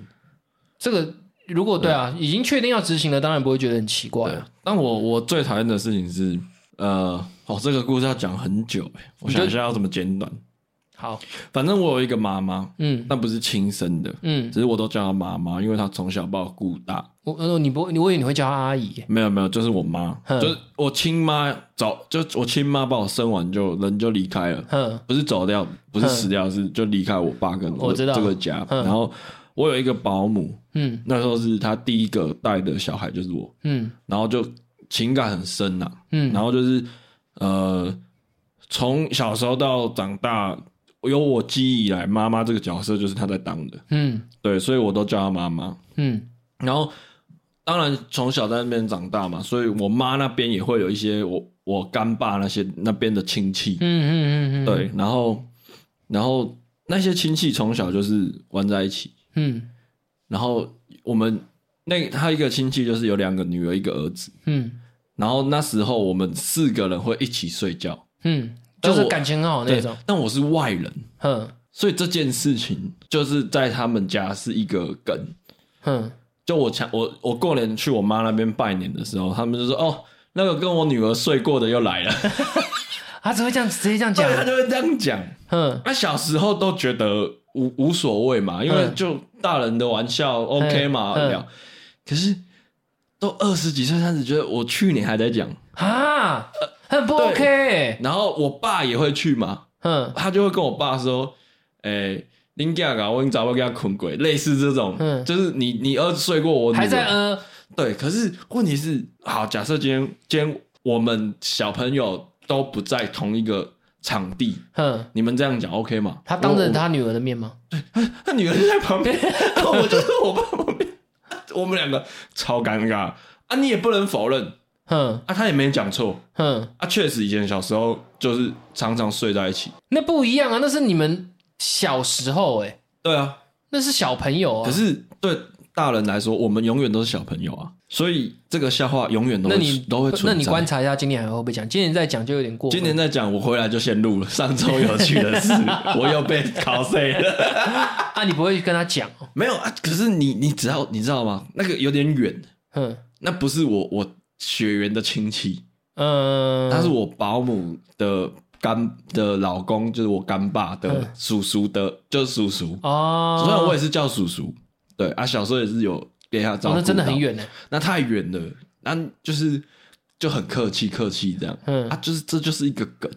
[SPEAKER 2] 这个如果对啊，已经确定要执行了，当然不会觉得很奇怪
[SPEAKER 1] 对
[SPEAKER 2] 啊。。
[SPEAKER 1] 但我我最讨厌的事情是，呃，哦，这个故事要讲很久、欸，我想一下要怎么简短。
[SPEAKER 2] 好，
[SPEAKER 1] 反正我有一个妈妈，
[SPEAKER 2] 嗯
[SPEAKER 1] 但不是亲生的，
[SPEAKER 2] 嗯，
[SPEAKER 1] 只是我都叫她妈妈，因为她从小把我顾大。
[SPEAKER 2] 我呃你不你我以为你会叫他阿姨耶，
[SPEAKER 1] 没有没有，就是我妈，
[SPEAKER 2] 哼
[SPEAKER 1] 就是我亲妈早就我亲妈把我生完就人就离开了，
[SPEAKER 2] 哼
[SPEAKER 1] 不是走掉，不是
[SPEAKER 2] 哼
[SPEAKER 1] 死掉，是就离开我爸跟
[SPEAKER 2] 我知道
[SPEAKER 1] 这个家。
[SPEAKER 2] 哼
[SPEAKER 1] 然后我有一个保姆，
[SPEAKER 2] 嗯
[SPEAKER 1] 那时候是他第一个带的小孩就是我，
[SPEAKER 2] 嗯
[SPEAKER 1] 然后就情感很深呐、
[SPEAKER 2] 嗯，
[SPEAKER 1] 然后就是呃，从小时候到长大，有我记忆以来，妈妈这个角色就是他在当的，
[SPEAKER 2] 嗯
[SPEAKER 1] 对，所以我都叫她妈妈。
[SPEAKER 2] 嗯
[SPEAKER 1] 然后当然从小在那边长大嘛，所以我妈那边也会有一些我我干爸那些那边的亲戚
[SPEAKER 2] 嗯，嗯嗯嗯，
[SPEAKER 1] 对，然后然后那些亲戚从小就是玩在一起，
[SPEAKER 2] 嗯
[SPEAKER 1] 然后我们那他一个亲戚就是有两个女儿一个儿子，
[SPEAKER 2] 嗯
[SPEAKER 1] 然后那时候我们四个人会一起睡觉，
[SPEAKER 2] 嗯，
[SPEAKER 1] 但
[SPEAKER 2] 就是
[SPEAKER 1] 我
[SPEAKER 2] 感情很好那
[SPEAKER 1] 对
[SPEAKER 2] 种，，
[SPEAKER 1] 但我是外人，
[SPEAKER 2] 哼
[SPEAKER 1] 所以这件事情就是在他们家是一个梗。
[SPEAKER 2] 哼
[SPEAKER 1] 就我强我我过年去我妈那边拜年的时候，他们就说哦，那个跟我女儿睡过的又来 了，
[SPEAKER 2] 他只会这样直接这样
[SPEAKER 1] 对
[SPEAKER 2] 讲，
[SPEAKER 1] 他就会这样讲。
[SPEAKER 2] 哼
[SPEAKER 1] 那、小时候都觉得无无所谓嘛，因为
[SPEAKER 2] 嗯
[SPEAKER 1] 就大人的玩笑 OK 嘛
[SPEAKER 2] 嗯
[SPEAKER 1] 聊，可是都二十几岁三十，觉得我去年还在讲，
[SPEAKER 2] 啊，很不
[SPEAKER 1] 呃对
[SPEAKER 2] OK 欸
[SPEAKER 1] 然后我爸也会去嘛，
[SPEAKER 2] 哼
[SPEAKER 1] 他就会跟我爸说，诶、林家啊，我早会给他捆鬼，类似这种，
[SPEAKER 2] 嗯
[SPEAKER 1] 就是你你儿子睡过我女儿，
[SPEAKER 2] 还在呃，
[SPEAKER 1] 对，可是问题是，好，假设今天今天我们小朋友都不在同一个场地，
[SPEAKER 2] 哼，
[SPEAKER 1] 你们这样讲 OK 吗？
[SPEAKER 2] 他当
[SPEAKER 1] 我
[SPEAKER 2] 着
[SPEAKER 1] 我
[SPEAKER 2] 他女儿的面吗？
[SPEAKER 1] 他女儿就在旁边，然后我就在我爸旁边，我们两个超尴尬啊！你也不能否认
[SPEAKER 2] 哼
[SPEAKER 1] 啊，他也没讲错
[SPEAKER 2] 哼，
[SPEAKER 1] 啊，确实以前小时候就是常常睡在一起，
[SPEAKER 2] 那不一样啊，那是你们小时候哎、
[SPEAKER 1] 对啊，
[SPEAKER 2] 那是小朋友啊。
[SPEAKER 1] 可是对大人来说，我们永远都是小朋友啊，所以这个笑话永远都
[SPEAKER 2] 那
[SPEAKER 1] 会
[SPEAKER 2] 你
[SPEAKER 1] 都会存在。
[SPEAKER 2] 那你观察一下今年还会不会讲？今年再讲就有点过分。
[SPEAKER 1] 今年在讲，我回来就先录了。上周有趣的 事，我又被考碎了。
[SPEAKER 2] 啊，你不会跟他讲哦。
[SPEAKER 1] 没有啊，可是你你只要你知道吗？那个有点远，
[SPEAKER 2] 哼
[SPEAKER 1] 那不是我我血缘的亲戚，
[SPEAKER 2] 嗯，
[SPEAKER 1] 他是我保姆的干的老公，就是我干爸的
[SPEAKER 2] 嗯
[SPEAKER 1] 叔叔的，就是叔叔。
[SPEAKER 2] 哦，
[SPEAKER 1] 虽然我也是叫叔叔，对啊，小时候也是有给他照
[SPEAKER 2] 哦
[SPEAKER 1] 顾、
[SPEAKER 2] 那真的很，远呢、
[SPEAKER 1] 那太远了，那就是就很客气客气这样。
[SPEAKER 2] 嗯
[SPEAKER 1] 啊，就是这就是一个梗，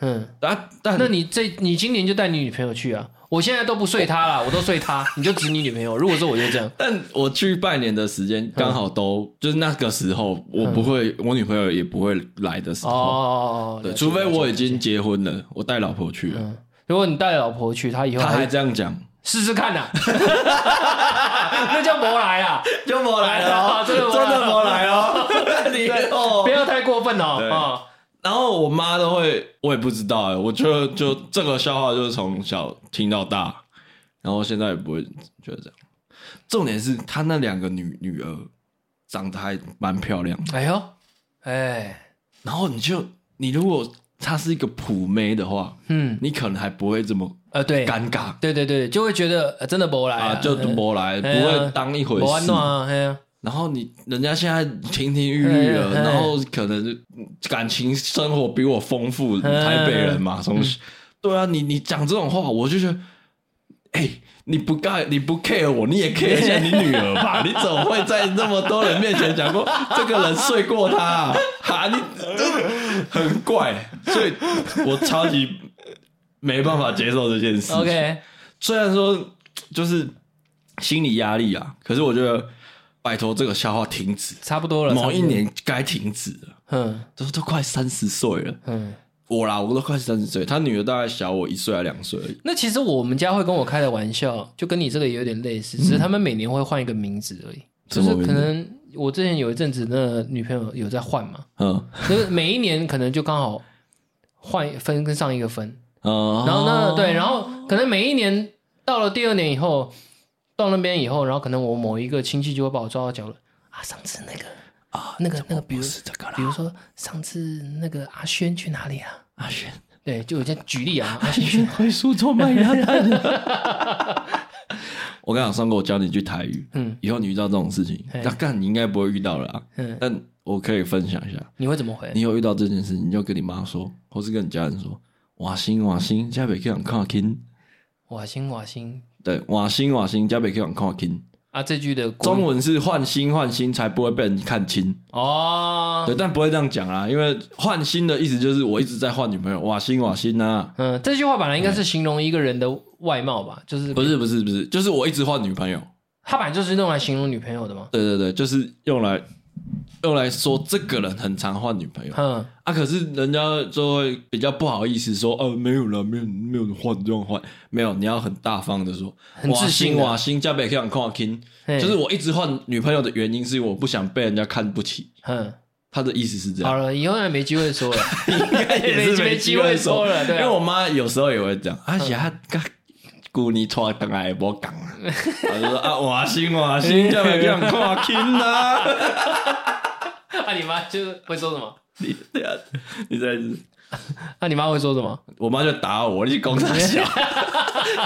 [SPEAKER 2] 嗯，
[SPEAKER 1] 但但
[SPEAKER 2] 那你这你今年就带你女朋友去啊？我现在都不睡她啦，我都睡她， 你就指你女朋友。如果说我就这样，
[SPEAKER 1] 但我去拜年的时间刚好
[SPEAKER 2] 嗯
[SPEAKER 1] 都就是那个时候，我不会，我女朋友也不会来的时
[SPEAKER 2] 哦
[SPEAKER 1] 候，
[SPEAKER 2] 哦哦，
[SPEAKER 1] 对，
[SPEAKER 2] 了解
[SPEAKER 1] 除非我已。
[SPEAKER 2] 了解
[SPEAKER 1] 经结婚了，我带老婆去了，
[SPEAKER 2] 嗯，如果你带老婆去，她以后
[SPEAKER 1] 她还
[SPEAKER 2] 还
[SPEAKER 1] 这样讲，
[SPEAKER 2] 试试看呐， 那叫魔来啊，
[SPEAKER 1] 就没
[SPEAKER 2] 啊真的没来了
[SPEAKER 1] 没来哦，你
[SPEAKER 2] 不
[SPEAKER 1] 哦。
[SPEAKER 2] 要太过分哦
[SPEAKER 1] 对
[SPEAKER 2] 啊！
[SPEAKER 1] 然后我妈都会，我也不知道哎，我就就这个笑话就是从小听到大，然后现在也不会觉得这样。重点是她那两个女女儿长得还蛮漂亮的。
[SPEAKER 2] 哎呦，哎，
[SPEAKER 1] 然后你就你如果她是一个普妹的话，
[SPEAKER 2] 嗯，
[SPEAKER 1] 你可能还不会这么
[SPEAKER 2] 呃，对，
[SPEAKER 1] 尴尬
[SPEAKER 2] 对对对，就会觉得呃真的魔来
[SPEAKER 1] 啊，就没来，不
[SPEAKER 2] 哎呀
[SPEAKER 1] 会当一回
[SPEAKER 2] 魔安
[SPEAKER 1] 事
[SPEAKER 2] 诺。啊，哎 呀，
[SPEAKER 1] 然后你人家现在亭亭玉立了，
[SPEAKER 2] 哎哎
[SPEAKER 1] 然后可能感情生活比我丰富，
[SPEAKER 2] 哎
[SPEAKER 1] 台北人嘛，从对啊，你你讲这种话，我就觉得，哎。你不盖你不 care 我，你也 care 一下你女儿 吧？你怎么会在那么多人面前讲过这个人睡过她、啊？哈，你很怪，所以我超级没办法接受这件事情。
[SPEAKER 2] OK，
[SPEAKER 1] 虽然说就是心理压力啊，可是我觉得拜托这个笑话停止，
[SPEAKER 2] 差不多了。
[SPEAKER 1] 某一
[SPEAKER 2] 差不多，
[SPEAKER 1] 年该停止了。
[SPEAKER 2] 嗯
[SPEAKER 1] 都都快三十岁了，
[SPEAKER 2] 嗯。
[SPEAKER 1] 我啦，我都快三十岁，他女儿大概小我一岁还两岁而已。
[SPEAKER 2] 那其实我们家会跟我开的玩笑，就跟你这个也有点类似，只是他们每年会换一个名字而已。
[SPEAKER 1] 嗯什
[SPEAKER 2] 就
[SPEAKER 1] 么
[SPEAKER 2] 是
[SPEAKER 1] 名字
[SPEAKER 2] 可能我之前有一阵子，那女朋友有在换嘛，
[SPEAKER 1] 嗯，
[SPEAKER 2] 就是每一年可能就刚好换一分跟上一个分，
[SPEAKER 1] 哦
[SPEAKER 2] 然后呢，对，然后可能每一年到了第二年以后，到那边以后，然后可能我某一个亲戚就会把我抓到脚了啊，上次那个啊，那个那个，比如
[SPEAKER 1] 是这个啦
[SPEAKER 2] 比，如说上次那个阿轩去哪里啊？
[SPEAKER 1] 阿轩，
[SPEAKER 2] 对，就我先举例啊，阿
[SPEAKER 1] 你
[SPEAKER 2] 轩去
[SPEAKER 1] 去回苏州卖鸭蛋了。 我跟你讲，上哥，我教你一句台语，
[SPEAKER 2] 嗯
[SPEAKER 1] 以后你遇到这种事情，
[SPEAKER 2] 嘿
[SPEAKER 1] 那干你应该不会遇到了啊。
[SPEAKER 2] 嗯，
[SPEAKER 1] 但我可以分享一下，
[SPEAKER 2] 你会怎么回？
[SPEAKER 1] 你有遇到这件事，你就跟你妈说，或是跟你家人说，瓦星瓦星，加北克朗看金，
[SPEAKER 2] 瓦星瓦星
[SPEAKER 1] 对，瓦星瓦星，加北克朗看金。
[SPEAKER 2] 啊，这句的国
[SPEAKER 1] 中文是换新换新，才不会被人看清。
[SPEAKER 2] 哦，
[SPEAKER 1] 对，但不会这样讲啦，因为换新的意思就是我一直在换女朋友，瓦星瓦星啊，
[SPEAKER 2] 嗯，这句话本来应该是形容一个人的外貌吧，就是
[SPEAKER 1] 不是不是不是，就是我一直换女朋友。
[SPEAKER 2] 他本来就是用来形容女朋友的嘛。
[SPEAKER 1] 对对对，就是用来用来说这个人很常换女朋友
[SPEAKER 2] 嗯，
[SPEAKER 1] 啊，可是人家就会比较不好意思说，哦、没有了，没有没有换这样换，没有，你要很大方的说，
[SPEAKER 2] 很自信的
[SPEAKER 1] 瓦辛加北克朗夸金，
[SPEAKER 2] 嘿
[SPEAKER 1] 就是我一直换女朋友的原因是因为我不想被人家看不起，
[SPEAKER 2] 嗯，
[SPEAKER 1] 他的意思是这
[SPEAKER 2] 好
[SPEAKER 1] 样，
[SPEAKER 2] 了，以后也没机会说了，
[SPEAKER 1] 应该也是
[SPEAKER 2] 没
[SPEAKER 1] 机
[SPEAKER 2] 机会
[SPEAKER 1] 说
[SPEAKER 2] 说了对啊嗯
[SPEAKER 1] 因为我妈有时候也会讲，啊呀，嘎。姑你拖等下也无讲啊，她就说啊，瓦辛瓦辛，加北克朗夸金啊。
[SPEAKER 2] 那啊你妈就是会说什么？
[SPEAKER 1] 你对啊，你在，
[SPEAKER 2] 那你妈会说什么？
[SPEAKER 1] 我妈就打我，你去攻他 小，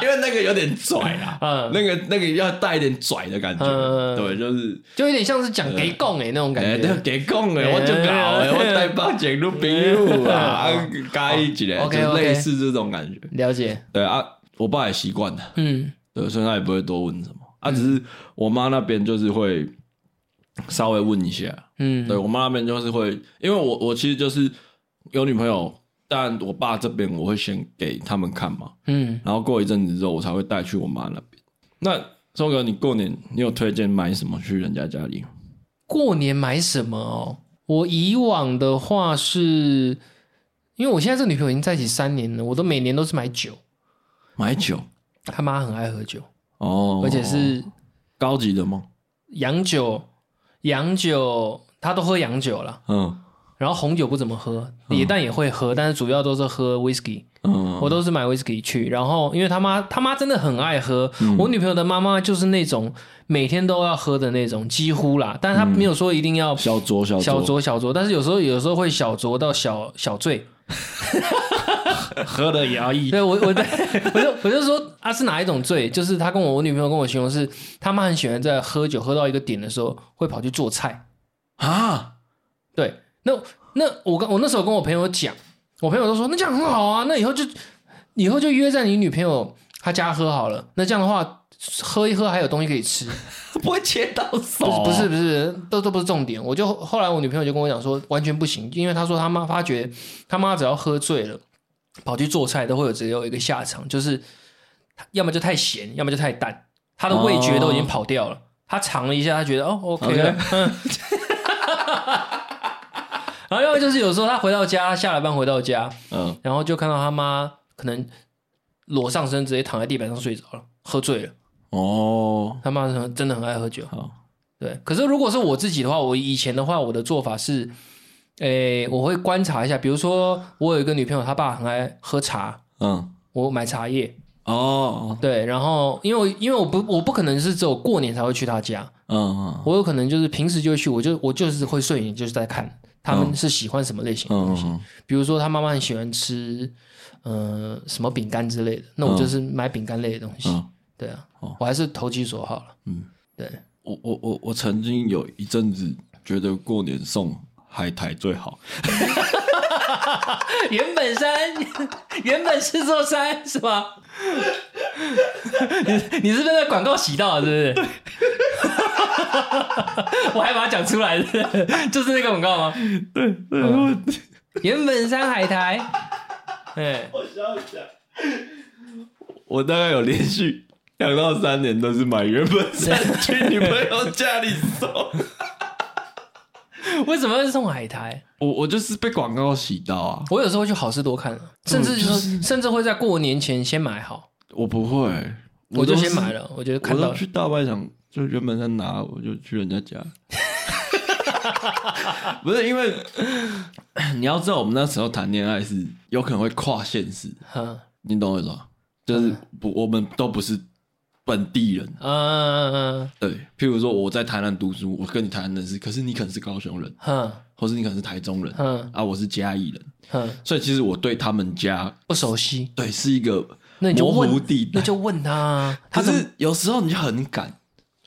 [SPEAKER 1] 因为那个有点拽啊，
[SPEAKER 2] 嗯
[SPEAKER 1] 那个那个要带一点拽的感觉，
[SPEAKER 2] 嗯
[SPEAKER 1] 对，就是。
[SPEAKER 2] 就有点像是讲给供哎那种感
[SPEAKER 1] 哎，
[SPEAKER 2] 觉。
[SPEAKER 1] 都给讲诶，
[SPEAKER 2] 哎
[SPEAKER 1] 我就搞 诶，我带八姐女朋友啊，啊加一起来，
[SPEAKER 2] 哦 OK，
[SPEAKER 1] 就类
[SPEAKER 2] OK
[SPEAKER 1] 似这种感觉。
[SPEAKER 2] 了解，
[SPEAKER 1] 对啊，我爸也习惯了，
[SPEAKER 2] 嗯
[SPEAKER 1] 对，所以他也不会多问什么。啊，只是我妈那边就是会稍微问一下，
[SPEAKER 2] 嗯，
[SPEAKER 1] 对我妈那边就是会，因为我我其实就是有女朋友，但我爸这边我会先给他们看嘛，
[SPEAKER 2] 嗯，
[SPEAKER 1] 然后过一阵子之后我才会带去我妈那边。那松哥，你过年你有推荐买什么去人家家里？
[SPEAKER 2] 过年买什么哦？我以往的话是，因为我现在这个女朋友已经在一起三年了，我都每年都是买酒，
[SPEAKER 1] 买酒
[SPEAKER 2] 她妈很爱喝酒，
[SPEAKER 1] 哦，
[SPEAKER 2] 而且是
[SPEAKER 1] 高级的吗？
[SPEAKER 2] 洋酒，洋酒她都喝洋酒了，
[SPEAKER 1] 嗯
[SPEAKER 2] 然后红酒不怎么喝，也但也会喝，但是主要都是喝 whisky。
[SPEAKER 1] 嗯，
[SPEAKER 2] 我都是买 whisky 去，然后因为他妈他妈真的很爱喝，我女朋友的妈妈就是那种每天都要喝的那种，几乎啦，但是她没有说一定要
[SPEAKER 1] 小酌小酌
[SPEAKER 2] 嗯小酌小酌，但是有时候有时候会小酌到小小醉。
[SPEAKER 1] 喝的也要一
[SPEAKER 2] 对我 我我就我就说啊是哪一种醉？就是她跟我我女朋友跟我形容是，他妈很喜欢在喝酒喝到一个点的时候会跑去做菜。
[SPEAKER 1] 啊，
[SPEAKER 2] 对，那那我跟我那时候跟我朋友讲，我朋友都说那这样很好啊，那以后就以后就约在你女朋友她家喝好了。那这样的话，喝一喝还有东西可以吃。
[SPEAKER 1] 不会切到手
[SPEAKER 2] 不是不是不是，都都不是重点。我就后来我女朋友就跟我讲说，完全不行，因为她说她妈发觉她妈只要喝醉了，跑去做菜，都会有只有一个下场，就是要么就太咸，要么就太淡，他的味觉都已经跑掉了。他尝了一下，他觉得哦 OK 了
[SPEAKER 3] OK
[SPEAKER 2] 嗯。 然后要么就是有时候他回到家，下了班回到家，
[SPEAKER 3] 嗯，
[SPEAKER 2] 然后就看到他妈可能裸上身，直接躺在地板上睡着了，喝醉了。
[SPEAKER 1] 哦，
[SPEAKER 2] 他妈很真的很爱喝酒，
[SPEAKER 1] 嗯好，
[SPEAKER 2] 对。可是如果是我自己的话，我以前的话，我的做法是，诶，我会观察一下，比如说我有一个女朋友，她爸很爱喝茶，
[SPEAKER 1] 嗯，
[SPEAKER 2] 我买茶叶，
[SPEAKER 1] 哦，
[SPEAKER 2] 对。然后因为我因为我不我不可能是只有过年才会去她家，
[SPEAKER 1] 嗯
[SPEAKER 2] 我有可能就是平时就会去，我就我就是会顺眼，就是在看他们是喜欢什么类型的
[SPEAKER 1] 嗯
[SPEAKER 2] 东西。
[SPEAKER 1] 嗯
[SPEAKER 2] 比如说他妈妈很喜欢吃，呃，什么饼干之类的，那我就是买饼干类的东西。
[SPEAKER 1] 嗯，
[SPEAKER 2] 对啊，
[SPEAKER 1] 哦
[SPEAKER 2] 我还是投其所好了。
[SPEAKER 1] 嗯，
[SPEAKER 2] 对，
[SPEAKER 1] 我我我我曾经有一阵子觉得过年送海苔最好，
[SPEAKER 2] 原本山，原本是座山，是吧？你你是被那广告洗到了，是不是？我还把它讲出来，是不是就是那个广告吗？
[SPEAKER 1] 对对，我
[SPEAKER 2] 原本山海苔，哎，
[SPEAKER 3] 我想一下，我大概有连续 两到三年都是买原本是去女朋友家里送。
[SPEAKER 2] 为什么会送海苔？
[SPEAKER 1] 我我就是被广告洗到啊，
[SPEAKER 2] 我有时候去好事多看了，甚至说，甚至会在过年前先买好，
[SPEAKER 1] 我不会，
[SPEAKER 2] 我就
[SPEAKER 1] 都
[SPEAKER 2] 先
[SPEAKER 1] 是
[SPEAKER 2] 买，了，我觉得
[SPEAKER 1] 我
[SPEAKER 2] 看到
[SPEAKER 1] 都去大卖场，就原本在拿，我就去人家家。 不是因为 你要知道，我们那时候谈恋爱是有可能会跨县市，
[SPEAKER 2] 嗯
[SPEAKER 1] 你懂我意思吗？就是不，我们都不是本地人。
[SPEAKER 2] 嗯嗯
[SPEAKER 1] 对，譬如说我在台南读书，我跟你台南认识，可是你可能是高雄人，
[SPEAKER 2] 嗯
[SPEAKER 1] 或是你可能是台中人，
[SPEAKER 2] 嗯
[SPEAKER 1] 啊，我是嘉义人，
[SPEAKER 2] 嗯，
[SPEAKER 1] 所以其实我对他们家，
[SPEAKER 2] 不熟悉，
[SPEAKER 1] 对，是一个
[SPEAKER 2] 那你就
[SPEAKER 1] 模糊
[SPEAKER 2] 问
[SPEAKER 1] 地带
[SPEAKER 2] 那。就问他啊，他
[SPEAKER 1] 可
[SPEAKER 2] 怎么
[SPEAKER 1] 是有时候你就很赶，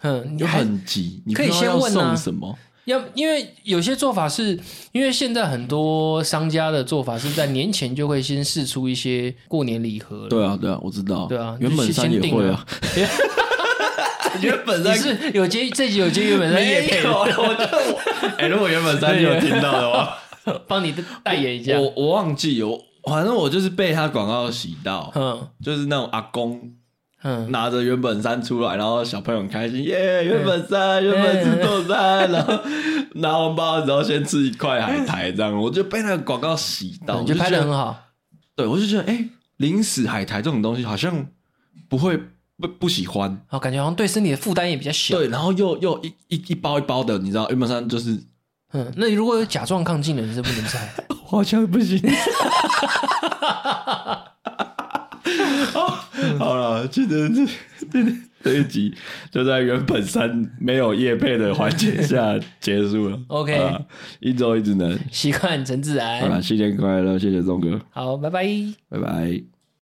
[SPEAKER 2] 嗯，
[SPEAKER 1] 你
[SPEAKER 2] 你
[SPEAKER 1] 就
[SPEAKER 2] 还
[SPEAKER 1] 很急，你
[SPEAKER 2] 可以
[SPEAKER 1] 不知道要
[SPEAKER 2] 先问啊
[SPEAKER 1] 送什么？
[SPEAKER 2] 要，因为有些做法是，因为现在很多商家的做法是在年前就会先试出一些过年礼盒了，
[SPEAKER 1] 对啊，对啊，我知道。
[SPEAKER 2] 对啊
[SPEAKER 1] 原本山也会啊。 原本
[SPEAKER 2] 你是有接这集有接原本在夜配的，
[SPEAKER 1] 啊我就 哎，如果原本山你有听到的 话，
[SPEAKER 2] 帮你代言一下，
[SPEAKER 1] 我我忘记有，反正我就是被他广告洗到，
[SPEAKER 2] 嗯
[SPEAKER 1] 就是那种阿公
[SPEAKER 2] 嗯，
[SPEAKER 1] 拿着原本山出来，然后小朋友很开心，耶，原本山，原本是座山，然后拿红包，然后先吃一块海苔，这样我就被那个广告洗到，
[SPEAKER 2] 你
[SPEAKER 1] 我
[SPEAKER 2] 就拍
[SPEAKER 1] 觉
[SPEAKER 2] 的
[SPEAKER 1] 得
[SPEAKER 2] 很好，
[SPEAKER 1] 对，我就觉得哎，零食海苔这种东西好像不会不不喜欢。
[SPEAKER 2] 哦，感觉好像对身体的负担也比较小，
[SPEAKER 1] 对，然后又又一一一包一包的，你知道，原本上就是
[SPEAKER 2] 嗯，那你如果有甲状亢进的，你是不能拆。
[SPEAKER 1] 好像不 行。哦好了，记得这这这一集就在原本三没有叶配的环节下结束了。
[SPEAKER 2] OK
[SPEAKER 1] 好啦一周一直能。
[SPEAKER 2] 习惯成自
[SPEAKER 1] 好了，
[SPEAKER 2] 然。
[SPEAKER 1] 新年快乐，谢谢钟哥，
[SPEAKER 2] 好，拜拜。
[SPEAKER 1] 拜拜。